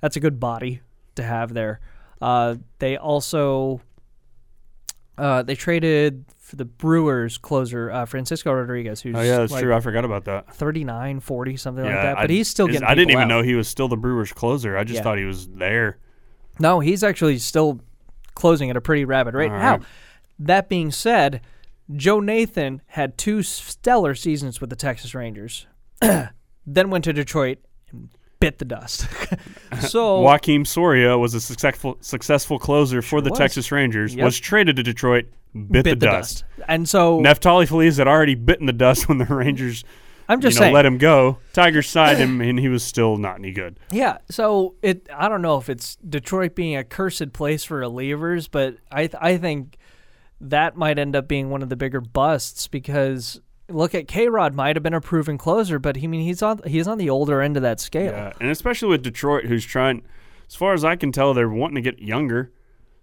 Speaker 2: that's a good body to have there. Uh, they also uh, they traded for the Brewers closer uh, Francisco Rodriguez, who's
Speaker 6: Oh yeah, that's
Speaker 2: like,
Speaker 6: true. I forgot about that.
Speaker 2: 39, 40, something like
Speaker 6: yeah,
Speaker 2: that.
Speaker 6: I-
Speaker 2: But he's still
Speaker 6: is-
Speaker 2: getting.
Speaker 6: I didn't
Speaker 2: people
Speaker 6: even know
Speaker 2: out.
Speaker 6: he was still the Brewers closer. I just
Speaker 2: Yeah.
Speaker 6: thought he was there.
Speaker 2: No, he's actually still closing at a pretty rapid rate.
Speaker 6: All
Speaker 2: Now,
Speaker 6: right.
Speaker 2: that being said, Joe Nathan had two stellar seasons with the Texas Rangers, then went to Detroit and bit the dust. so
Speaker 6: Joaquim Soria was a successful successful closer for the
Speaker 2: was.
Speaker 6: Texas Rangers.
Speaker 2: Yep.
Speaker 6: Was traded to Detroit, bit,
Speaker 2: bit
Speaker 6: the, dust.
Speaker 2: and so
Speaker 6: Neftali Feliz had already bitten the dust when the Rangers,
Speaker 2: I'm
Speaker 6: you know,
Speaker 2: just saying,
Speaker 6: let him go. Tigers signed him, and he was still not any good.
Speaker 2: Yeah, so it I don't know if it's Detroit being a cursed place for relievers, but I th- I think that might end up being one of the bigger busts because look at K Rod might have been a proven closer, but he I mean he's on he's on the older end of that scale.
Speaker 6: Yeah, Uh, and especially with Detroit, who's trying, as far as I can tell, they're wanting to get younger.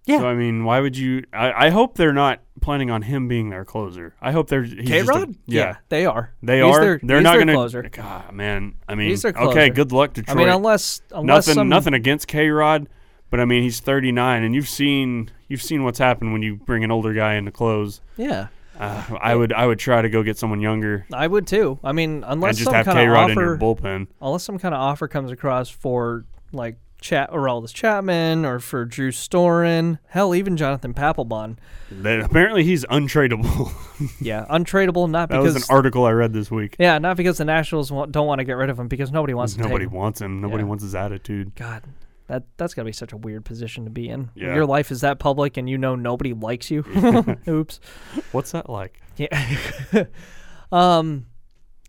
Speaker 2: Yeah.
Speaker 6: So I mean, why would you? I, I hope they're not planning on him being their closer. I hope they're he's
Speaker 2: K
Speaker 6: just a-
Speaker 2: Rod,
Speaker 6: yeah,
Speaker 2: they are.
Speaker 6: they
Speaker 2: He's
Speaker 6: are.
Speaker 2: Their,
Speaker 6: they're
Speaker 2: he's
Speaker 6: not
Speaker 2: their
Speaker 6: going to.
Speaker 2: closer.
Speaker 6: God, man. I mean,
Speaker 2: He's their closer.
Speaker 6: okay, good luck,
Speaker 2: I
Speaker 6: Detroit.
Speaker 2: mean, unless unless
Speaker 6: nothing,
Speaker 2: some,
Speaker 6: nothing against K Rod, but I mean, he's 39, and you've seen you've seen what's happened when you bring an older guy in to close.
Speaker 2: Yeah,
Speaker 6: Uh, I would I would try to go get someone younger
Speaker 2: I would too. I mean,
Speaker 6: and
Speaker 2: unless
Speaker 6: just
Speaker 2: some
Speaker 6: have
Speaker 2: kind
Speaker 6: K
Speaker 2: of
Speaker 6: Rod
Speaker 2: offer,
Speaker 6: in your bullpen.
Speaker 2: unless some kind of offer comes across for like Chat or Aldis Chapman or for Drew Storen. Hell, even Jonathan Papelbon.
Speaker 6: That- apparently he's untradeable.
Speaker 2: Yeah, untradeable. Not
Speaker 6: that
Speaker 2: because
Speaker 6: was an article I read this week.
Speaker 2: yeah, not because the Nationals wa- don't want to get rid of him because nobody wants to
Speaker 6: Nobody
Speaker 2: take him.
Speaker 6: wants him. Nobody
Speaker 2: Yeah.
Speaker 6: wants his attitude.
Speaker 2: God, that that's gotta be such a weird position to be in. When
Speaker 6: Yeah.
Speaker 2: Your life is that public, and you know nobody likes you. Oops.
Speaker 6: What's that like?
Speaker 2: Yeah. um,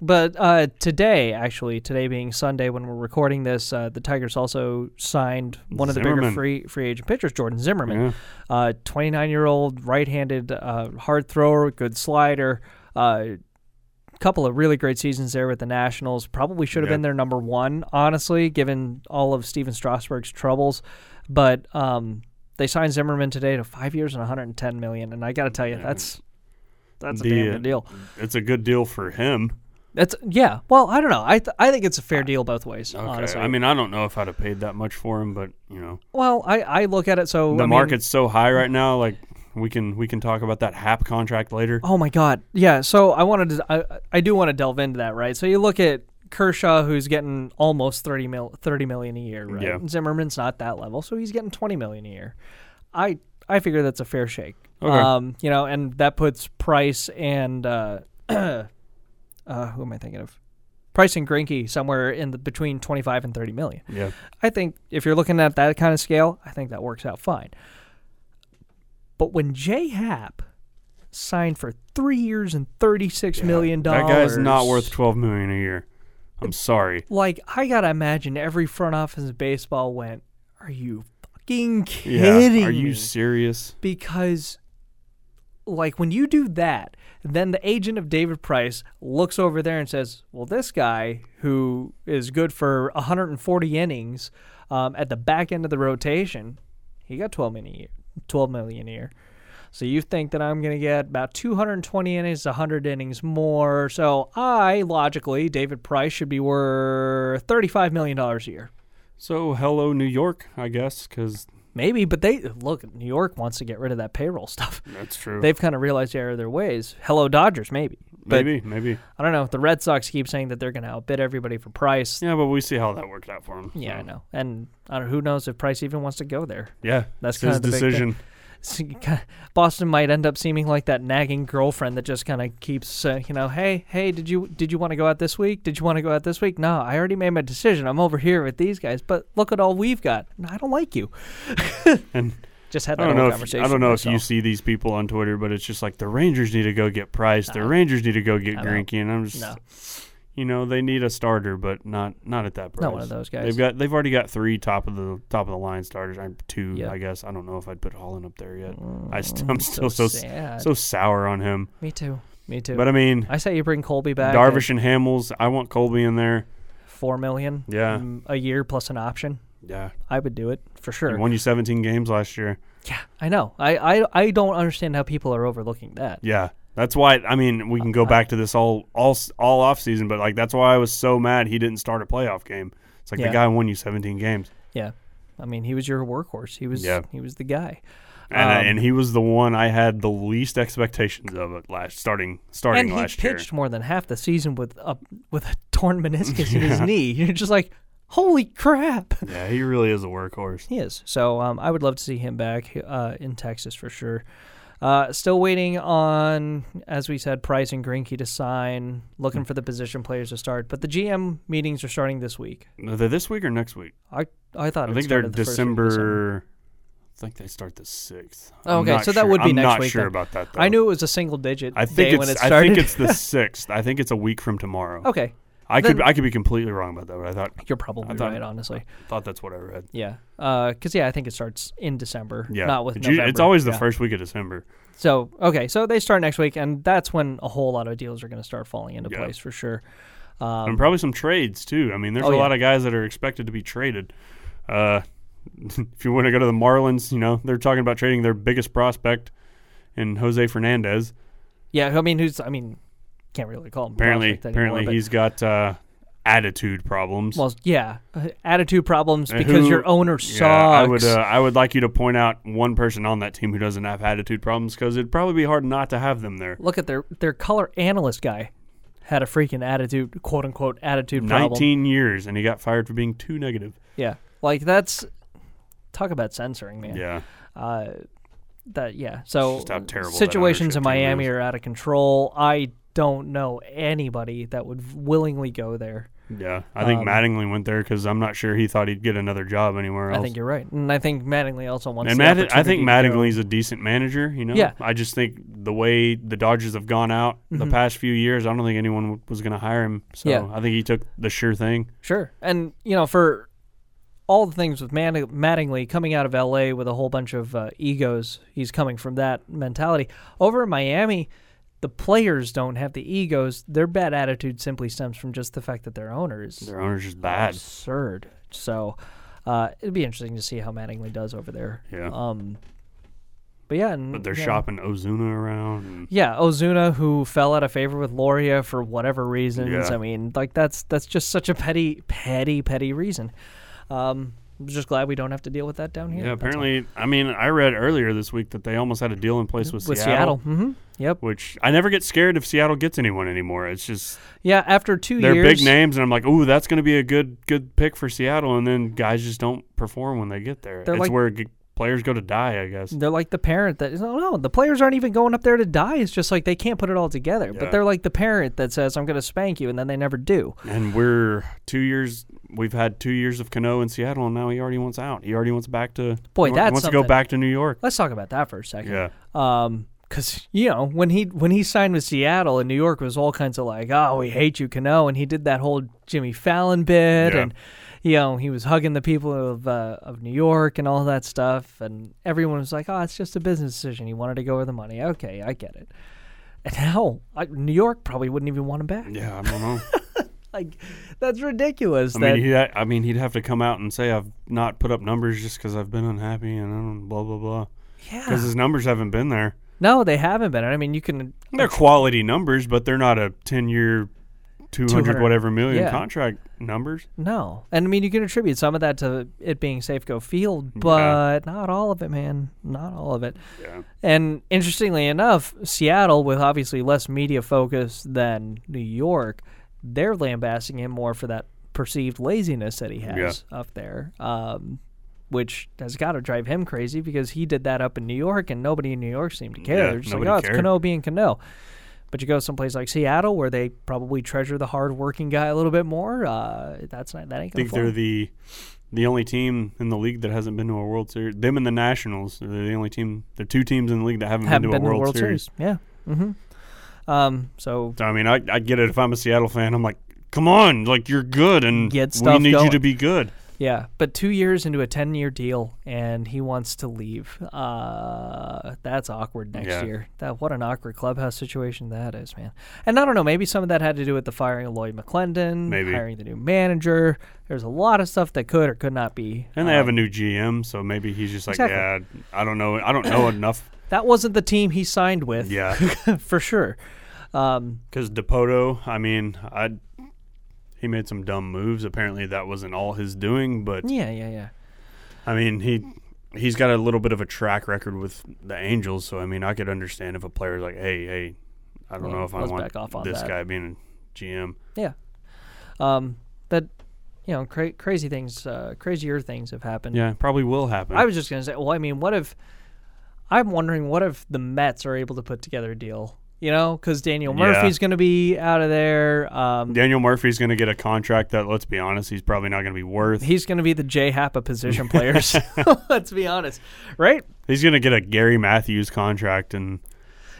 Speaker 2: but uh, today, actually, today being Sunday when we're recording this, uh, the Tigers also signed one of the bigger
Speaker 6: Zimmerman.
Speaker 2: free free agent pitchers, Jordan Zimmerman, uh, 29 year old right-handed uh, hard thrower, good slider. Uh, couple of really great seasons there with the Nationals. Probably should have
Speaker 6: Yeah.
Speaker 2: been their number one, honestly, given all of Steven Strasburg's troubles. But um, they signed Zimmerman today to five years and 110 million, and I got to tell you, that's that's a damn
Speaker 6: The-
Speaker 2: good deal.
Speaker 6: It's a good deal for him.
Speaker 2: That's yeah. Well, I don't know. I th- I think it's a fair deal both ways.
Speaker 6: Okay.
Speaker 2: Honestly,
Speaker 6: I mean, I don't know if I'd have paid that much for him, but you know,
Speaker 2: well, I, I look at it so
Speaker 6: the
Speaker 2: I mean-
Speaker 6: market's so high right now. Like we can we can talk about that Hap contract later.
Speaker 2: Oh my God. Yeah. So I wanted to. I, I do want to delve into that, right? So you look at Kershaw, who's getting almost 30 mil, 30 million a year, right?
Speaker 6: Yeah.
Speaker 2: Zimmerman's not that level, so he's getting twenty million a year. I I figure that's a fair shake.
Speaker 6: Okay.
Speaker 2: Um, you know, and that puts Price and uh, uh, who am I thinking of? Price and Grinky somewhere in the between twenty five and thirty million.
Speaker 6: Yeah,
Speaker 2: I think if you're looking at that kind of scale, I think that works out fine. But when J Happ signed for three years and thirty-six million
Speaker 6: that
Speaker 2: dollars,
Speaker 6: guy's not worth twelve million a year. I'm sorry.
Speaker 2: Like I gotta imagine every front office of baseball went, "Are you fucking
Speaker 6: Yeah,
Speaker 2: kidding
Speaker 6: are you
Speaker 2: me?"
Speaker 6: serious?
Speaker 2: because like when you do that then the agent of david price looks over there and says well this guy who is good for 140 innings um, at the back end of the rotation he got 12 million a year 12 million a year so you think that i'm going to get about 220 innings 100 innings more so i logically david price should be worth 35 million dollars a year
Speaker 6: So hello New York, I guess, because
Speaker 2: maybe but they look new york wants to get rid of that payroll stuff
Speaker 6: that's true.
Speaker 2: they've kind of realized the error of their ways. Hello, Dodgers, maybe. But
Speaker 6: maybe maybe
Speaker 2: I don't know. The Red Sox keep saying that they're going to outbid everybody for Price. Yeah,
Speaker 6: yeah, but we see how that worked out for him. so.
Speaker 2: I know. And I don't, who knows if Price even wants to go there.
Speaker 6: Yeah,
Speaker 2: That's
Speaker 6: it's his
Speaker 2: kinda the big thing.
Speaker 6: decision.
Speaker 2: So you ki- Boston might end up seeming like that nagging girlfriend that just kind of keeps, uh, you know, hey, hey, did you did you want to go out this week? Did you want to go out this week? No, I already made my decision. I'm over here with these guys, but look at all we've got. No, I don't like you.
Speaker 6: And
Speaker 2: Just had that
Speaker 6: I don't
Speaker 2: whole
Speaker 6: know. If,
Speaker 2: conversation.
Speaker 6: I don't know
Speaker 2: with
Speaker 6: if you
Speaker 2: myself.
Speaker 6: see these people on Twitter, but it's just like the Rangers need to go get Price. The Rangers need to go get Grinky, and I'm just,
Speaker 2: No.
Speaker 6: you know, they need a starter, but not not at that price.
Speaker 2: one of those guys.
Speaker 6: They've got they've already got three top of the top of the line starters. I'm two,
Speaker 2: Yeah.
Speaker 6: I guess. I don't know if I'd put Holland up there yet. I st- I'm still so s-
Speaker 2: Mm, sad.
Speaker 6: so sour on him.
Speaker 2: Me too. Me too.
Speaker 6: But I mean,
Speaker 2: I say you bring Colby back. and-
Speaker 6: Darvish and Hamels. I want Colby in there.
Speaker 2: four million
Speaker 6: Yeah.
Speaker 2: um, a year plus an option
Speaker 6: Yeah,
Speaker 2: i would do it for
Speaker 6: he
Speaker 2: sure
Speaker 6: won you 17 games last year.
Speaker 2: yeah i know I, I i don't understand how people are overlooking that
Speaker 6: Yeah. That's why I mean we
Speaker 2: Uh-huh.
Speaker 6: can go back to this all all all off season, but like that's why I was so mad he didn't start a playoff game. It's like
Speaker 2: Yeah.
Speaker 6: the guy won you 17 games,
Speaker 2: yeah i mean he was your workhorse he was
Speaker 6: Yeah.
Speaker 2: he was the guy
Speaker 6: and
Speaker 2: Um,
Speaker 6: I- and he was the one I had the least expectations of it last starting starting
Speaker 2: and he
Speaker 6: last
Speaker 2: pitched
Speaker 6: year.
Speaker 2: more than half the season with a with a torn meniscus in his knee you're just like holy crap
Speaker 6: Yeah, he really is a workhorse.
Speaker 2: He is. So um, I would love to see him back uh, in Texas for sure. Uh, still waiting on, as we said, Price and Grinke to sign. Looking for the position players to start, but the GM meetings are starting this week.
Speaker 6: Are they this week or next week?
Speaker 2: I I thought
Speaker 6: I
Speaker 2: it
Speaker 6: think they're
Speaker 2: started the first week of
Speaker 6: December. I think they start the sixth.
Speaker 2: Oh, okay, so that would be
Speaker 6: I'm
Speaker 2: next
Speaker 6: not
Speaker 2: week
Speaker 6: sure
Speaker 2: then.
Speaker 6: about that. Though.
Speaker 2: I knew it was a single digit
Speaker 6: I think
Speaker 2: day
Speaker 6: it's.
Speaker 2: when it started.
Speaker 6: I think it's the sixth. I think it's a week from tomorrow.
Speaker 2: okay.
Speaker 6: I could.
Speaker 2: then-
Speaker 6: I could be completely wrong about that, but I thought
Speaker 2: You're probably
Speaker 6: I thought-
Speaker 2: right, honestly.
Speaker 6: thought that's what I read.
Speaker 2: Yeah, because yeah, I think it starts in December,
Speaker 6: Yeah,
Speaker 2: not with
Speaker 6: it's, usu-
Speaker 2: November.
Speaker 6: it's always the
Speaker 2: Yeah.
Speaker 6: first week of December.
Speaker 2: So okay, so they start next week, and that's when a whole lot of deals are going to start falling into
Speaker 6: Yeah.
Speaker 2: place for sure.
Speaker 6: and probably some trades too. I mean, there's
Speaker 2: Um, Oh,
Speaker 6: a
Speaker 2: yeah.
Speaker 6: lot of guys that are expected to be traded. Uh, if you want to go to the Marlins, you know they're talking about trading their biggest prospect in Jose Fernandez.
Speaker 2: Yeah, I mean, who's? I mean, can't really call him.
Speaker 6: Apparently,
Speaker 2: prospect anymore,
Speaker 6: apparently
Speaker 2: but-
Speaker 6: he's got uh, attitude problems.
Speaker 2: well, yeah, uh, attitude problems
Speaker 6: And
Speaker 2: because
Speaker 6: Uh, who-
Speaker 2: your owner sucks.
Speaker 6: Yeah, I would, uh, I would like you to point out one person on that team who doesn't have attitude problems because it'd probably be hard not to have them there.
Speaker 2: Look at their their color analyst guy had a freaking attitude, quote unquote attitude problem.
Speaker 6: Nineteen years, and he got fired for being too negative.
Speaker 2: Yeah, Like that's talk about censoring, man.
Speaker 6: Yeah.
Speaker 2: Uh, that yeah. So
Speaker 6: just how terrible that
Speaker 2: situations in
Speaker 6: ownership team
Speaker 2: Miami
Speaker 6: is.
Speaker 2: are out of control. I don't know anybody that would willingly go there.
Speaker 6: Yeah. I
Speaker 2: Um,
Speaker 6: think Mattingly went there because I'm not sure he thought he'd get another job anywhere else.
Speaker 2: I think you're right, and I think Mattingly also wants.
Speaker 6: and
Speaker 2: the
Speaker 6: Matt, I
Speaker 2: opportunity
Speaker 6: think
Speaker 2: to go.
Speaker 6: Mattingly's a decent manager. You know,
Speaker 2: Yeah. Mm-hmm.
Speaker 6: I just think the way the Dodgers have gone out the past few years, I don't think anyone w- was going to hire him. So
Speaker 2: Yeah.
Speaker 6: I think he took the sure thing.
Speaker 2: Sure. And, you know, for all the things with Man- Mattingly coming out of LA with a whole bunch of uh, egos, he's coming from that mentality. Over in Miami, the players don't have the egos. Their bad attitude simply stems from just the fact that their owner is
Speaker 6: Their owner's just bad.
Speaker 2: absurd. So uh, it'd be interesting to see how Mattingly does over there.
Speaker 6: Yeah.
Speaker 2: Um, but yeah, and,
Speaker 6: But they're
Speaker 2: yeah.
Speaker 6: shopping Ozuna around. And
Speaker 2: Yeah, Ozuna, who fell out of favor with Loria for whatever reasons.
Speaker 6: Yeah.
Speaker 2: I mean, like that's that's just such a petty, petty, petty reason. Um, I'm just glad we don't have to deal with that down here.
Speaker 6: yeah,
Speaker 2: That's
Speaker 6: apparently, I mean, I read earlier this week that they almost had a deal in place with,
Speaker 2: all. with
Speaker 6: Seattle.
Speaker 2: Seattle. hmm Yep.
Speaker 6: Which I never get scared if Seattle gets anyone anymore. It's just
Speaker 2: Yeah. After 2
Speaker 6: they're
Speaker 2: years,
Speaker 6: big names, and I'm like, ooh, that's going to be a good good pick for Seattle. And then guys just don't perform when they get there.
Speaker 2: They're
Speaker 6: it's
Speaker 2: like-
Speaker 6: where g- players go to die, I guess.
Speaker 2: They're like the parent that no, no, the players aren't even going up there to die. It's just like they can't put it all together.
Speaker 6: Yeah.
Speaker 2: But they're like the parent that says, "I'm going to spank you," and then they never do.
Speaker 6: And we're two years. We've had two years of Cano in Seattle, and now he already wants out. He already wants back to.
Speaker 2: Boy,
Speaker 6: he
Speaker 2: that's
Speaker 6: wants to
Speaker 2: something.
Speaker 6: go back to New York.
Speaker 2: Let's talk about that for a second.
Speaker 6: Yeah,
Speaker 2: Um, because you know when he when he signed with Seattle and New York was all kinds of like, oh, we hate you, Cano, and he did that whole Jimmy Fallon bit,
Speaker 6: Yeah.
Speaker 2: and you know he was hugging the people of uh, of New York and all that stuff, and everyone was like, oh, it's just a business decision. He wanted to go where the money. Okay, I get it. And now I, New York probably wouldn't even want him back.
Speaker 6: yeah. I don't know.
Speaker 2: Like that's ridiculous.
Speaker 6: I
Speaker 2: that
Speaker 6: mean, he. I mean, he'd have to come out and say I've not put up numbers just because I've been unhappy and I don't blah blah blah.
Speaker 2: yeah.
Speaker 6: Because his numbers haven't been there.
Speaker 2: no, they haven't been. I mean, you can
Speaker 6: They're quality numbers, but they're not a ten-year, two hundred
Speaker 2: 200,
Speaker 6: whatever million
Speaker 2: yeah.
Speaker 6: contract numbers.
Speaker 2: No, and I mean you can attribute some of that to it being Safeco Field, but not all of it, man. Not all of it.
Speaker 6: Yeah.
Speaker 2: And interestingly enough, Seattle, with obviously less media focus than New York, they're lambasting him more for that perceived laziness that he has up there, um, which has got to drive him crazy because he did that up in New York, and nobody in New York seemed to care.
Speaker 6: Yeah,
Speaker 2: They're just like,
Speaker 6: nobody
Speaker 2: oh, it's
Speaker 6: cared.
Speaker 2: Cano being Cano. But you go someplace like Seattle, where they probably treasure the hardworking guy a little bit more. Uh, that's not that ain't
Speaker 6: I
Speaker 2: gonna
Speaker 6: think
Speaker 2: fly.
Speaker 6: they're the the only team in the league that hasn't been to a World Series. Them and the Nationals are the only team. They're two teams in the league that haven't,
Speaker 2: haven't
Speaker 6: been to a World,
Speaker 2: the World
Speaker 6: Series.
Speaker 2: Series. Yeah. Mm-hmm. Um. So
Speaker 6: So, I mean, I, I get it if I'm a Seattle fan. I'm like, come on, like you're good, and
Speaker 2: Get
Speaker 6: we
Speaker 2: stuff
Speaker 6: need
Speaker 2: going.
Speaker 6: you to be good.
Speaker 2: yeah, but two years into a ten-year deal, and he wants to leave. Uh, that's awkward next
Speaker 6: Yeah.
Speaker 2: year. That what an awkward clubhouse situation that is, man. And I don't know. Maybe some of that had to do with the firing of Lloyd McClendon,
Speaker 6: Maybe.
Speaker 2: hiring the new manager. There's a lot of stuff that could or could not be.
Speaker 6: And they have a new GM, so maybe he's just like,
Speaker 2: Exactly.
Speaker 6: yeah, I don't know, I don't know enough.
Speaker 2: That wasn't the team he signed with.
Speaker 6: Yeah,
Speaker 2: for sure. Um,
Speaker 6: because Depoto, I mean, I he made some dumb moves. Apparently, that wasn't all his doing, but
Speaker 2: yeah, yeah, yeah.
Speaker 6: I mean, he he's got a little bit of a track record with the Angels, so I mean, I could understand if a player's like, "Hey, hey, I don't
Speaker 2: Yeah,
Speaker 6: know if I
Speaker 2: let's
Speaker 6: want
Speaker 2: back off on
Speaker 6: this
Speaker 2: that."
Speaker 6: guy being a GM."
Speaker 2: Yeah. Um, but you know, cra- crazy things, uh, crazier things have happened.
Speaker 6: Yeah, probably will happen.
Speaker 2: I was just gonna say. Well, I mean, what if? I'm wondering what if the Mets are able to put together a deal. You know, because Daniel
Speaker 6: Yeah.
Speaker 2: Murphy's gonna be out of there. Um,
Speaker 6: Daniel Murphy's going to get a contract that, let's be honest, he's probably not going to be worth.
Speaker 2: He's going to be the J Happa position player. so Let's be honest, right?
Speaker 6: He's going to get a Gary Matthews contract, and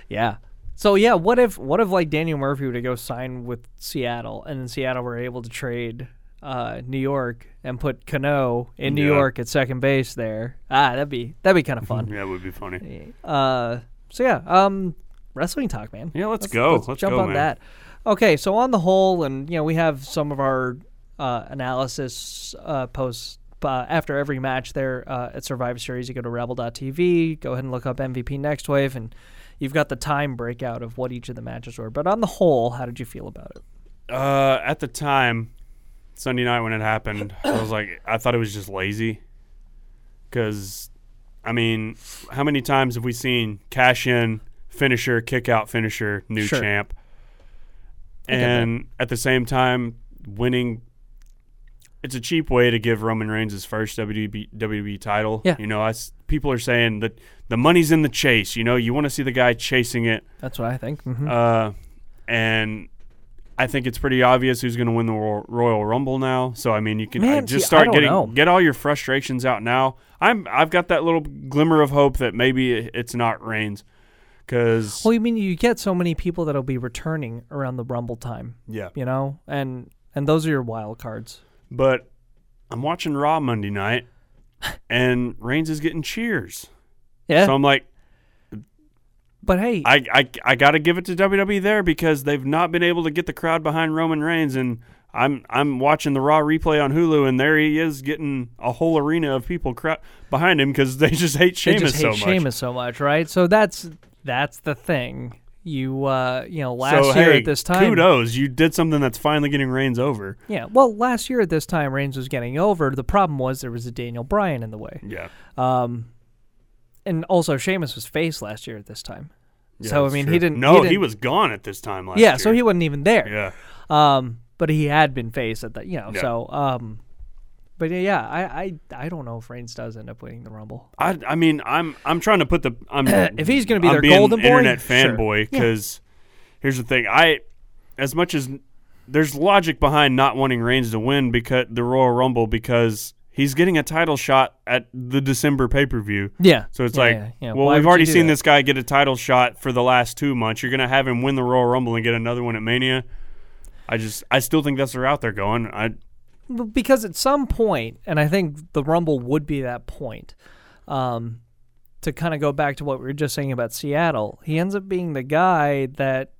Speaker 2: Yeah. So yeah, what if what if like Daniel Murphy were to go sign with Seattle, and then Seattle were able to trade uh, New York and put Cano in New
Speaker 6: Yeah.
Speaker 2: York at second base there? Ah, that'd be that'd be kind of fun.
Speaker 6: yeah, it would be funny.
Speaker 2: uh, so yeah, um, wrestling talk, man.
Speaker 6: Yeah, let's go. Oh, Let's
Speaker 2: jump
Speaker 6: go,
Speaker 2: on
Speaker 6: man.
Speaker 2: that. Okay, so on the whole, and you know, we have some of our uh, analysis uh, posts uh, after every match there uh, at Survivor Series. You go to Rebel.tv, go ahead and look up MVP Next Wave, and you've got the time breakout of what each of the matches were. But on the whole, how did you feel about it?
Speaker 6: Uh, at the time, Sunday night when it happened, I was like, I thought it was just lazy. Because, I mean, how many times have we seen cash in, finisher, kick out, finisher, new
Speaker 2: Sure.
Speaker 6: champ?
Speaker 2: that.
Speaker 6: And at the same time, winning it's a cheap way to give Roman Reigns his first WWE, WWE title.
Speaker 2: Yeah.
Speaker 6: You know, I s people are saying that the money's in the chase. You know, you want to see the guy chasing it.
Speaker 2: That's what I think. Mhm.
Speaker 6: Uh, and I think it's pretty obvious who's going to win the Ro- Royal Rumble now. So I mean, you can I
Speaker 2: Man,
Speaker 6: just
Speaker 2: see, I
Speaker 6: start
Speaker 2: don't
Speaker 6: getting
Speaker 2: know.
Speaker 6: get all your frustrations out now. I'm I've got that little glimmer of hope that maybe it- it's not Reigns because
Speaker 2: Well, Oh, you mean you get so many people that'll be returning around the Rumble time,
Speaker 6: yeah.
Speaker 2: you know, and and those are your wild cards.
Speaker 6: But I'm watching Raw Monday night, and Reigns is getting cheers.
Speaker 2: Yeah,
Speaker 6: So I'm like,
Speaker 2: but hey,
Speaker 6: I I, I got to give it to WWE there because they've not been able to get the crowd behind Roman Reigns and. I'm I'm watching the Raw replay on Hulu, and there he is getting a whole arena of people crowd behind him because they just hate
Speaker 2: they
Speaker 6: Sheamus
Speaker 2: just
Speaker 6: so
Speaker 2: hate
Speaker 6: much.
Speaker 2: Sheamus so much, right? So that's that's the thing. You uh, you know, last
Speaker 6: so
Speaker 2: year
Speaker 6: hey,
Speaker 2: at this time,
Speaker 6: kudos, you did something that's finally getting Reigns over.
Speaker 2: yeah. Well, last year at this time, Reigns was getting over. The problem was there was a Daniel Bryan in the way,
Speaker 6: Yeah,
Speaker 2: and also Sheamus was face last year at this time. so I
Speaker 6: that's
Speaker 2: mean,
Speaker 6: true.
Speaker 2: he didn't.
Speaker 6: No, he,
Speaker 2: didn't,
Speaker 6: was gone at this time last
Speaker 2: Yeah,
Speaker 6: year.
Speaker 2: so he wasn't even there.
Speaker 6: Yeah,
Speaker 2: Um, but he had been faced at that, you know.
Speaker 6: Yeah.
Speaker 2: So, um, but yeah, yeah, I, I, I don't know if Reigns does end up winning the Rumble.
Speaker 6: I I mean I'm I'm trying to put the I'm
Speaker 2: If he's gonna be
Speaker 6: I'm
Speaker 2: their
Speaker 6: being
Speaker 2: golden boy,
Speaker 6: internet
Speaker 2: sure.
Speaker 6: fanboy because here's the thing I as much as there's logic behind not wanting Reigns to win because the Royal Rumble because he's getting a title shot at the December pay per view.
Speaker 2: Yeah.
Speaker 6: So it's
Speaker 2: Yeah,
Speaker 6: like,
Speaker 2: yeah, yeah.
Speaker 6: well,
Speaker 2: Why would
Speaker 6: we've
Speaker 2: you
Speaker 6: already
Speaker 2: do
Speaker 6: seen
Speaker 2: that?
Speaker 6: this guy get a title shot for the last two months. You're gonna have him win the Royal Rumble and get another one at Mania. I just I still think that's the route they're going. I
Speaker 2: B- because at some point, and I think the Rumble would be that point. Um, to kind of go back to what we were just saying about Seattle, he ends up being the guy that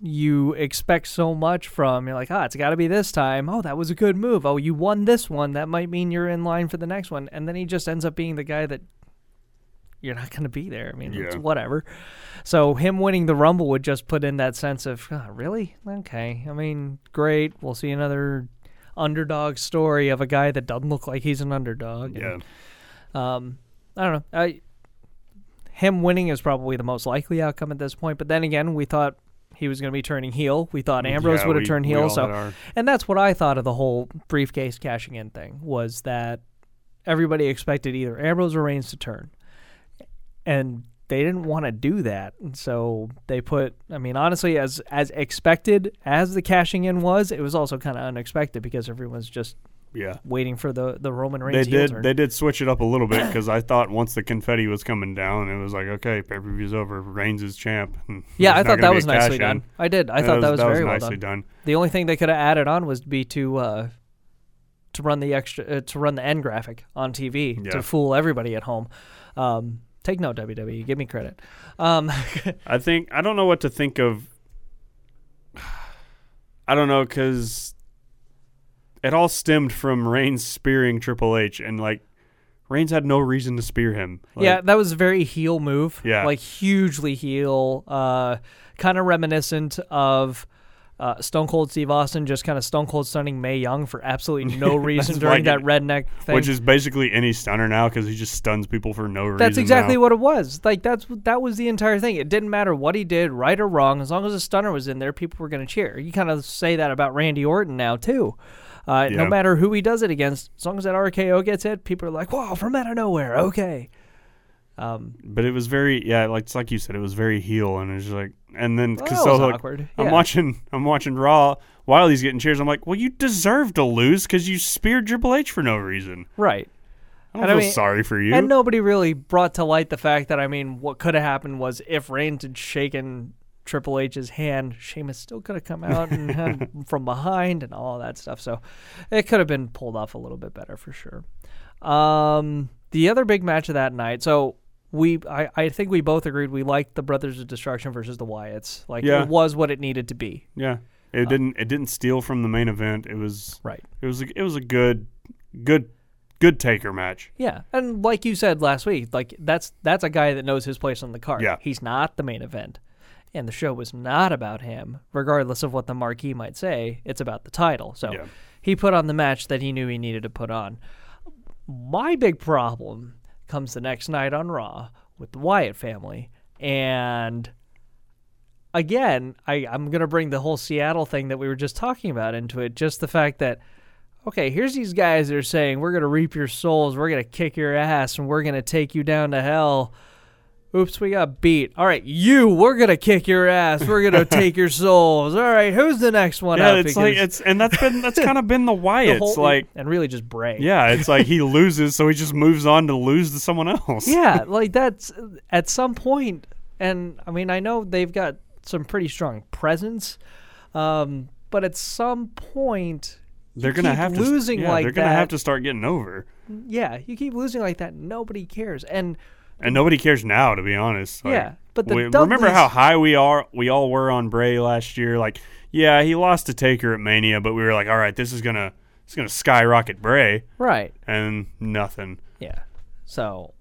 Speaker 2: you expect so much from. You're like, ah, it's got to be this time. Oh, that was a good move. Oh, you won this one. That might mean you're in line for the next one. And then he just ends up being the guy that you're not going to be there. I mean, it's
Speaker 6: Yeah.
Speaker 2: whatever. So him winning the Rumble would just put in that sense of, "Ah, really? Okay. I mean, great. We'll see another underdog story of a guy that doesn't look like he's an underdog.
Speaker 6: yeah.
Speaker 2: Um, I don't know. I, him winning is probably the most likely outcome at this point. But then again, we thought he was going to be turning heel. We thought Ambrose
Speaker 6: Mm, Yeah,
Speaker 2: would have
Speaker 6: we-
Speaker 2: turned
Speaker 6: we
Speaker 2: heel.
Speaker 6: all
Speaker 2: So,
Speaker 6: had our-
Speaker 2: and that's what I thought of the whole briefcase cashing in thing was that everybody expected either Ambrose or Reigns to turn, and they didn't want to do that. And so they put. I mean, honestly, as as expected as the cashing in was, it was also kind of unexpected because everyone's just
Speaker 6: Yeah.
Speaker 2: waiting for the the Roman
Speaker 6: They
Speaker 2: Reigns. heel
Speaker 6: did.
Speaker 2: turn.
Speaker 6: They did switch it up a little bit because I thought once the confetti was coming down, it was like, okay, pay per view's over. Reigns is champ.
Speaker 2: Yeah, I thought
Speaker 6: There's not gonna
Speaker 2: that
Speaker 6: be
Speaker 2: was
Speaker 6: a
Speaker 2: nicely
Speaker 6: cash-in.
Speaker 2: done. I did. I
Speaker 6: Yeah,
Speaker 2: thought that was, very well
Speaker 6: nicely
Speaker 2: done.
Speaker 6: done.
Speaker 2: The only thing they could have added on was be to uh, to run the extra uh, to run the end graphic on TV
Speaker 6: Yeah.
Speaker 2: to fool everybody at home. Um, take note, WWE. Give me credit. Um,
Speaker 6: I think I don't know what to think of. I don't know because it all stemmed from Reigns spearing Triple H, and like Reigns had no reason to spear him. Like,
Speaker 2: yeah, that was a very heel move.
Speaker 6: Yeah.
Speaker 2: like hugely heel. Uh, kind of reminiscent of. Uh, Stone Cold Steve Austin just kind of Stone Cold stunning May Young for absolutely no reason during
Speaker 6: like
Speaker 2: that
Speaker 6: it.
Speaker 2: redneck thing.
Speaker 6: which is basically any stunner now because he just stuns people for no reason.
Speaker 2: That's exactly
Speaker 6: now.
Speaker 2: what it was. Like that's that was the entire thing. It didn't matter what he did, right or wrong, as long as a stunner was in there, people were going to cheer. You kind of say that about Randy Orton now too. Uh, No
Speaker 6: Yeah.
Speaker 2: matter who he does it against, as long as that RKO gets hit, people are like, "Wow, from out of nowhere, okay."
Speaker 6: But it was very yeah, like it's like you said, it was very heel, and it's just like, and then
Speaker 2: Well,
Speaker 6: cause
Speaker 2: that
Speaker 6: so
Speaker 2: was
Speaker 6: like,
Speaker 2: awkward.
Speaker 6: I'm
Speaker 2: Yeah.
Speaker 6: watching, I'm watching Raw while he's getting cheers. I'm like, well, you deserve to lose because you speared Triple H for no reason.
Speaker 2: Right.
Speaker 6: I don't
Speaker 2: And I
Speaker 6: feel
Speaker 2: mean-
Speaker 6: sorry for you.
Speaker 2: And nobody really brought to light the fact that I mean, what could have happened was if Reigns had shaken Triple H's hand, Sheamus still could have come out and had him from behind and all that stuff. So it could have been pulled off a little bit better for sure. Um, the other big match of that night. So we, I, I think we both agreed we liked the Brothers of Destruction versus the Wyatts. Like
Speaker 6: Yeah.
Speaker 2: it was what it needed to be.
Speaker 6: Yeah, it didn't. It didn't steal from the main event. It was
Speaker 2: Uh, Right.
Speaker 6: It was. A, it was a good, good, good taker match.
Speaker 2: Yeah, and like you said last week, like that's that's a guy that knows his place on the card.
Speaker 6: Yeah.
Speaker 2: he's not the main event, and the show was not about him. Regardless of what the marquee might say, it's about the title. So
Speaker 6: Yeah.
Speaker 2: he put on the match that he knew he needed to put on. My big problem comes the next night on Raw with the Wyatt family, and again, I I'm gonna bring the whole Seattle thing that we were just talking about into it. Just the fact that okay, here's these guys that are saying we're gonna reap your souls, we're gonna kick your ass, and we're gonna take you down to hell. Oops, we got beat. All right, you, we're gonna kick your ass. We're gonna take your souls. All right, who's the next one?
Speaker 6: Yeah,
Speaker 2: up?
Speaker 6: it's like
Speaker 2: Because
Speaker 6: it's and that's been that's kind of been the
Speaker 2: the
Speaker 6: Wyatts.
Speaker 2: whole-
Speaker 6: like
Speaker 2: and really just break.
Speaker 6: yeah, it's like he loses, so he just moves on to lose to someone else.
Speaker 2: yeah, like that's at some point, and I mean, I know they've got some pretty strong presence, um, but at some point, you
Speaker 6: they're gonna
Speaker 2: keep
Speaker 6: have to
Speaker 2: losing
Speaker 6: yeah,
Speaker 2: like
Speaker 6: they're gonna
Speaker 2: that.
Speaker 6: have to start getting over,
Speaker 2: Yeah, you keep losing like that. Nobody cares, and
Speaker 6: and nobody cares now, to be honest. Like,
Speaker 2: Yeah, but the
Speaker 6: we- remember
Speaker 2: Dudleys-
Speaker 6: how high we are, we all were on Bray last year. Like, yeah, he lost to Taker at Mania, but we were like, all right, this is gonna it's gonna skyrocket Bray,
Speaker 2: right,
Speaker 6: and nothing.
Speaker 2: yeah. So,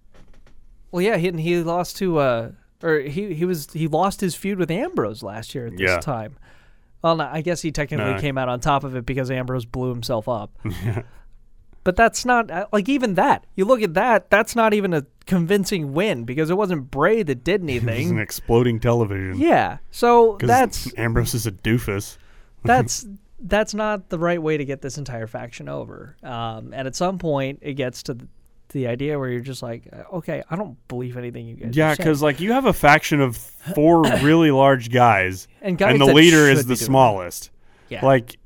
Speaker 2: well, yeah, he and he lost to uh, or he he was he lost his feud with Ambrose last year at this
Speaker 6: Yeah.
Speaker 2: time. Well, no, I guess he technically
Speaker 6: No.
Speaker 2: came out on top of it because Ambrose blew himself up. but that's not uh, like even that. You look at that; that's not even a convincing win because it wasn't Bray that did
Speaker 6: It's an
Speaker 2: anything.
Speaker 6: exploding television.
Speaker 2: yeah, so
Speaker 6: 'Cause
Speaker 2: that's
Speaker 6: Ambrose is a doofus.
Speaker 2: that's that's not the right way to get this entire faction over. Um, and at some point, it gets to the, the idea where you're just like, uh, okay, I don't believe anything you guys.
Speaker 6: Yeah,
Speaker 2: because
Speaker 6: because like you have a faction of four really large guys,
Speaker 2: And guys
Speaker 6: the
Speaker 2: that
Speaker 6: leader
Speaker 2: should
Speaker 6: is
Speaker 2: be
Speaker 6: the
Speaker 2: doing
Speaker 6: smallest.
Speaker 2: Yeah.
Speaker 6: Like,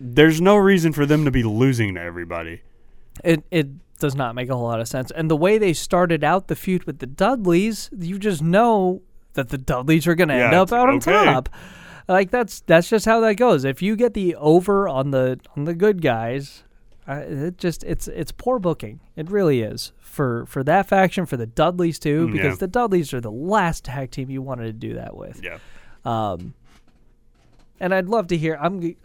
Speaker 6: there's no reason for them to be losing to everybody.
Speaker 2: it it does not make a whole lot of sense. And the way they started out the feud with the Dudleys, you just know that the Dudleys are going to end
Speaker 6: Yeah,
Speaker 2: up out on
Speaker 6: okay.
Speaker 2: top. Like that's that's just how that goes. If you get the over on the on the good guys, uh, it just it's it's poor booking. It really is for for that faction for the Dudleys too,
Speaker 6: Mm,
Speaker 2: because
Speaker 6: yeah.
Speaker 2: the Dudleys are the last tag team you wanted to do that with.
Speaker 6: Yeah.
Speaker 2: And I'd love to hear. I'm g-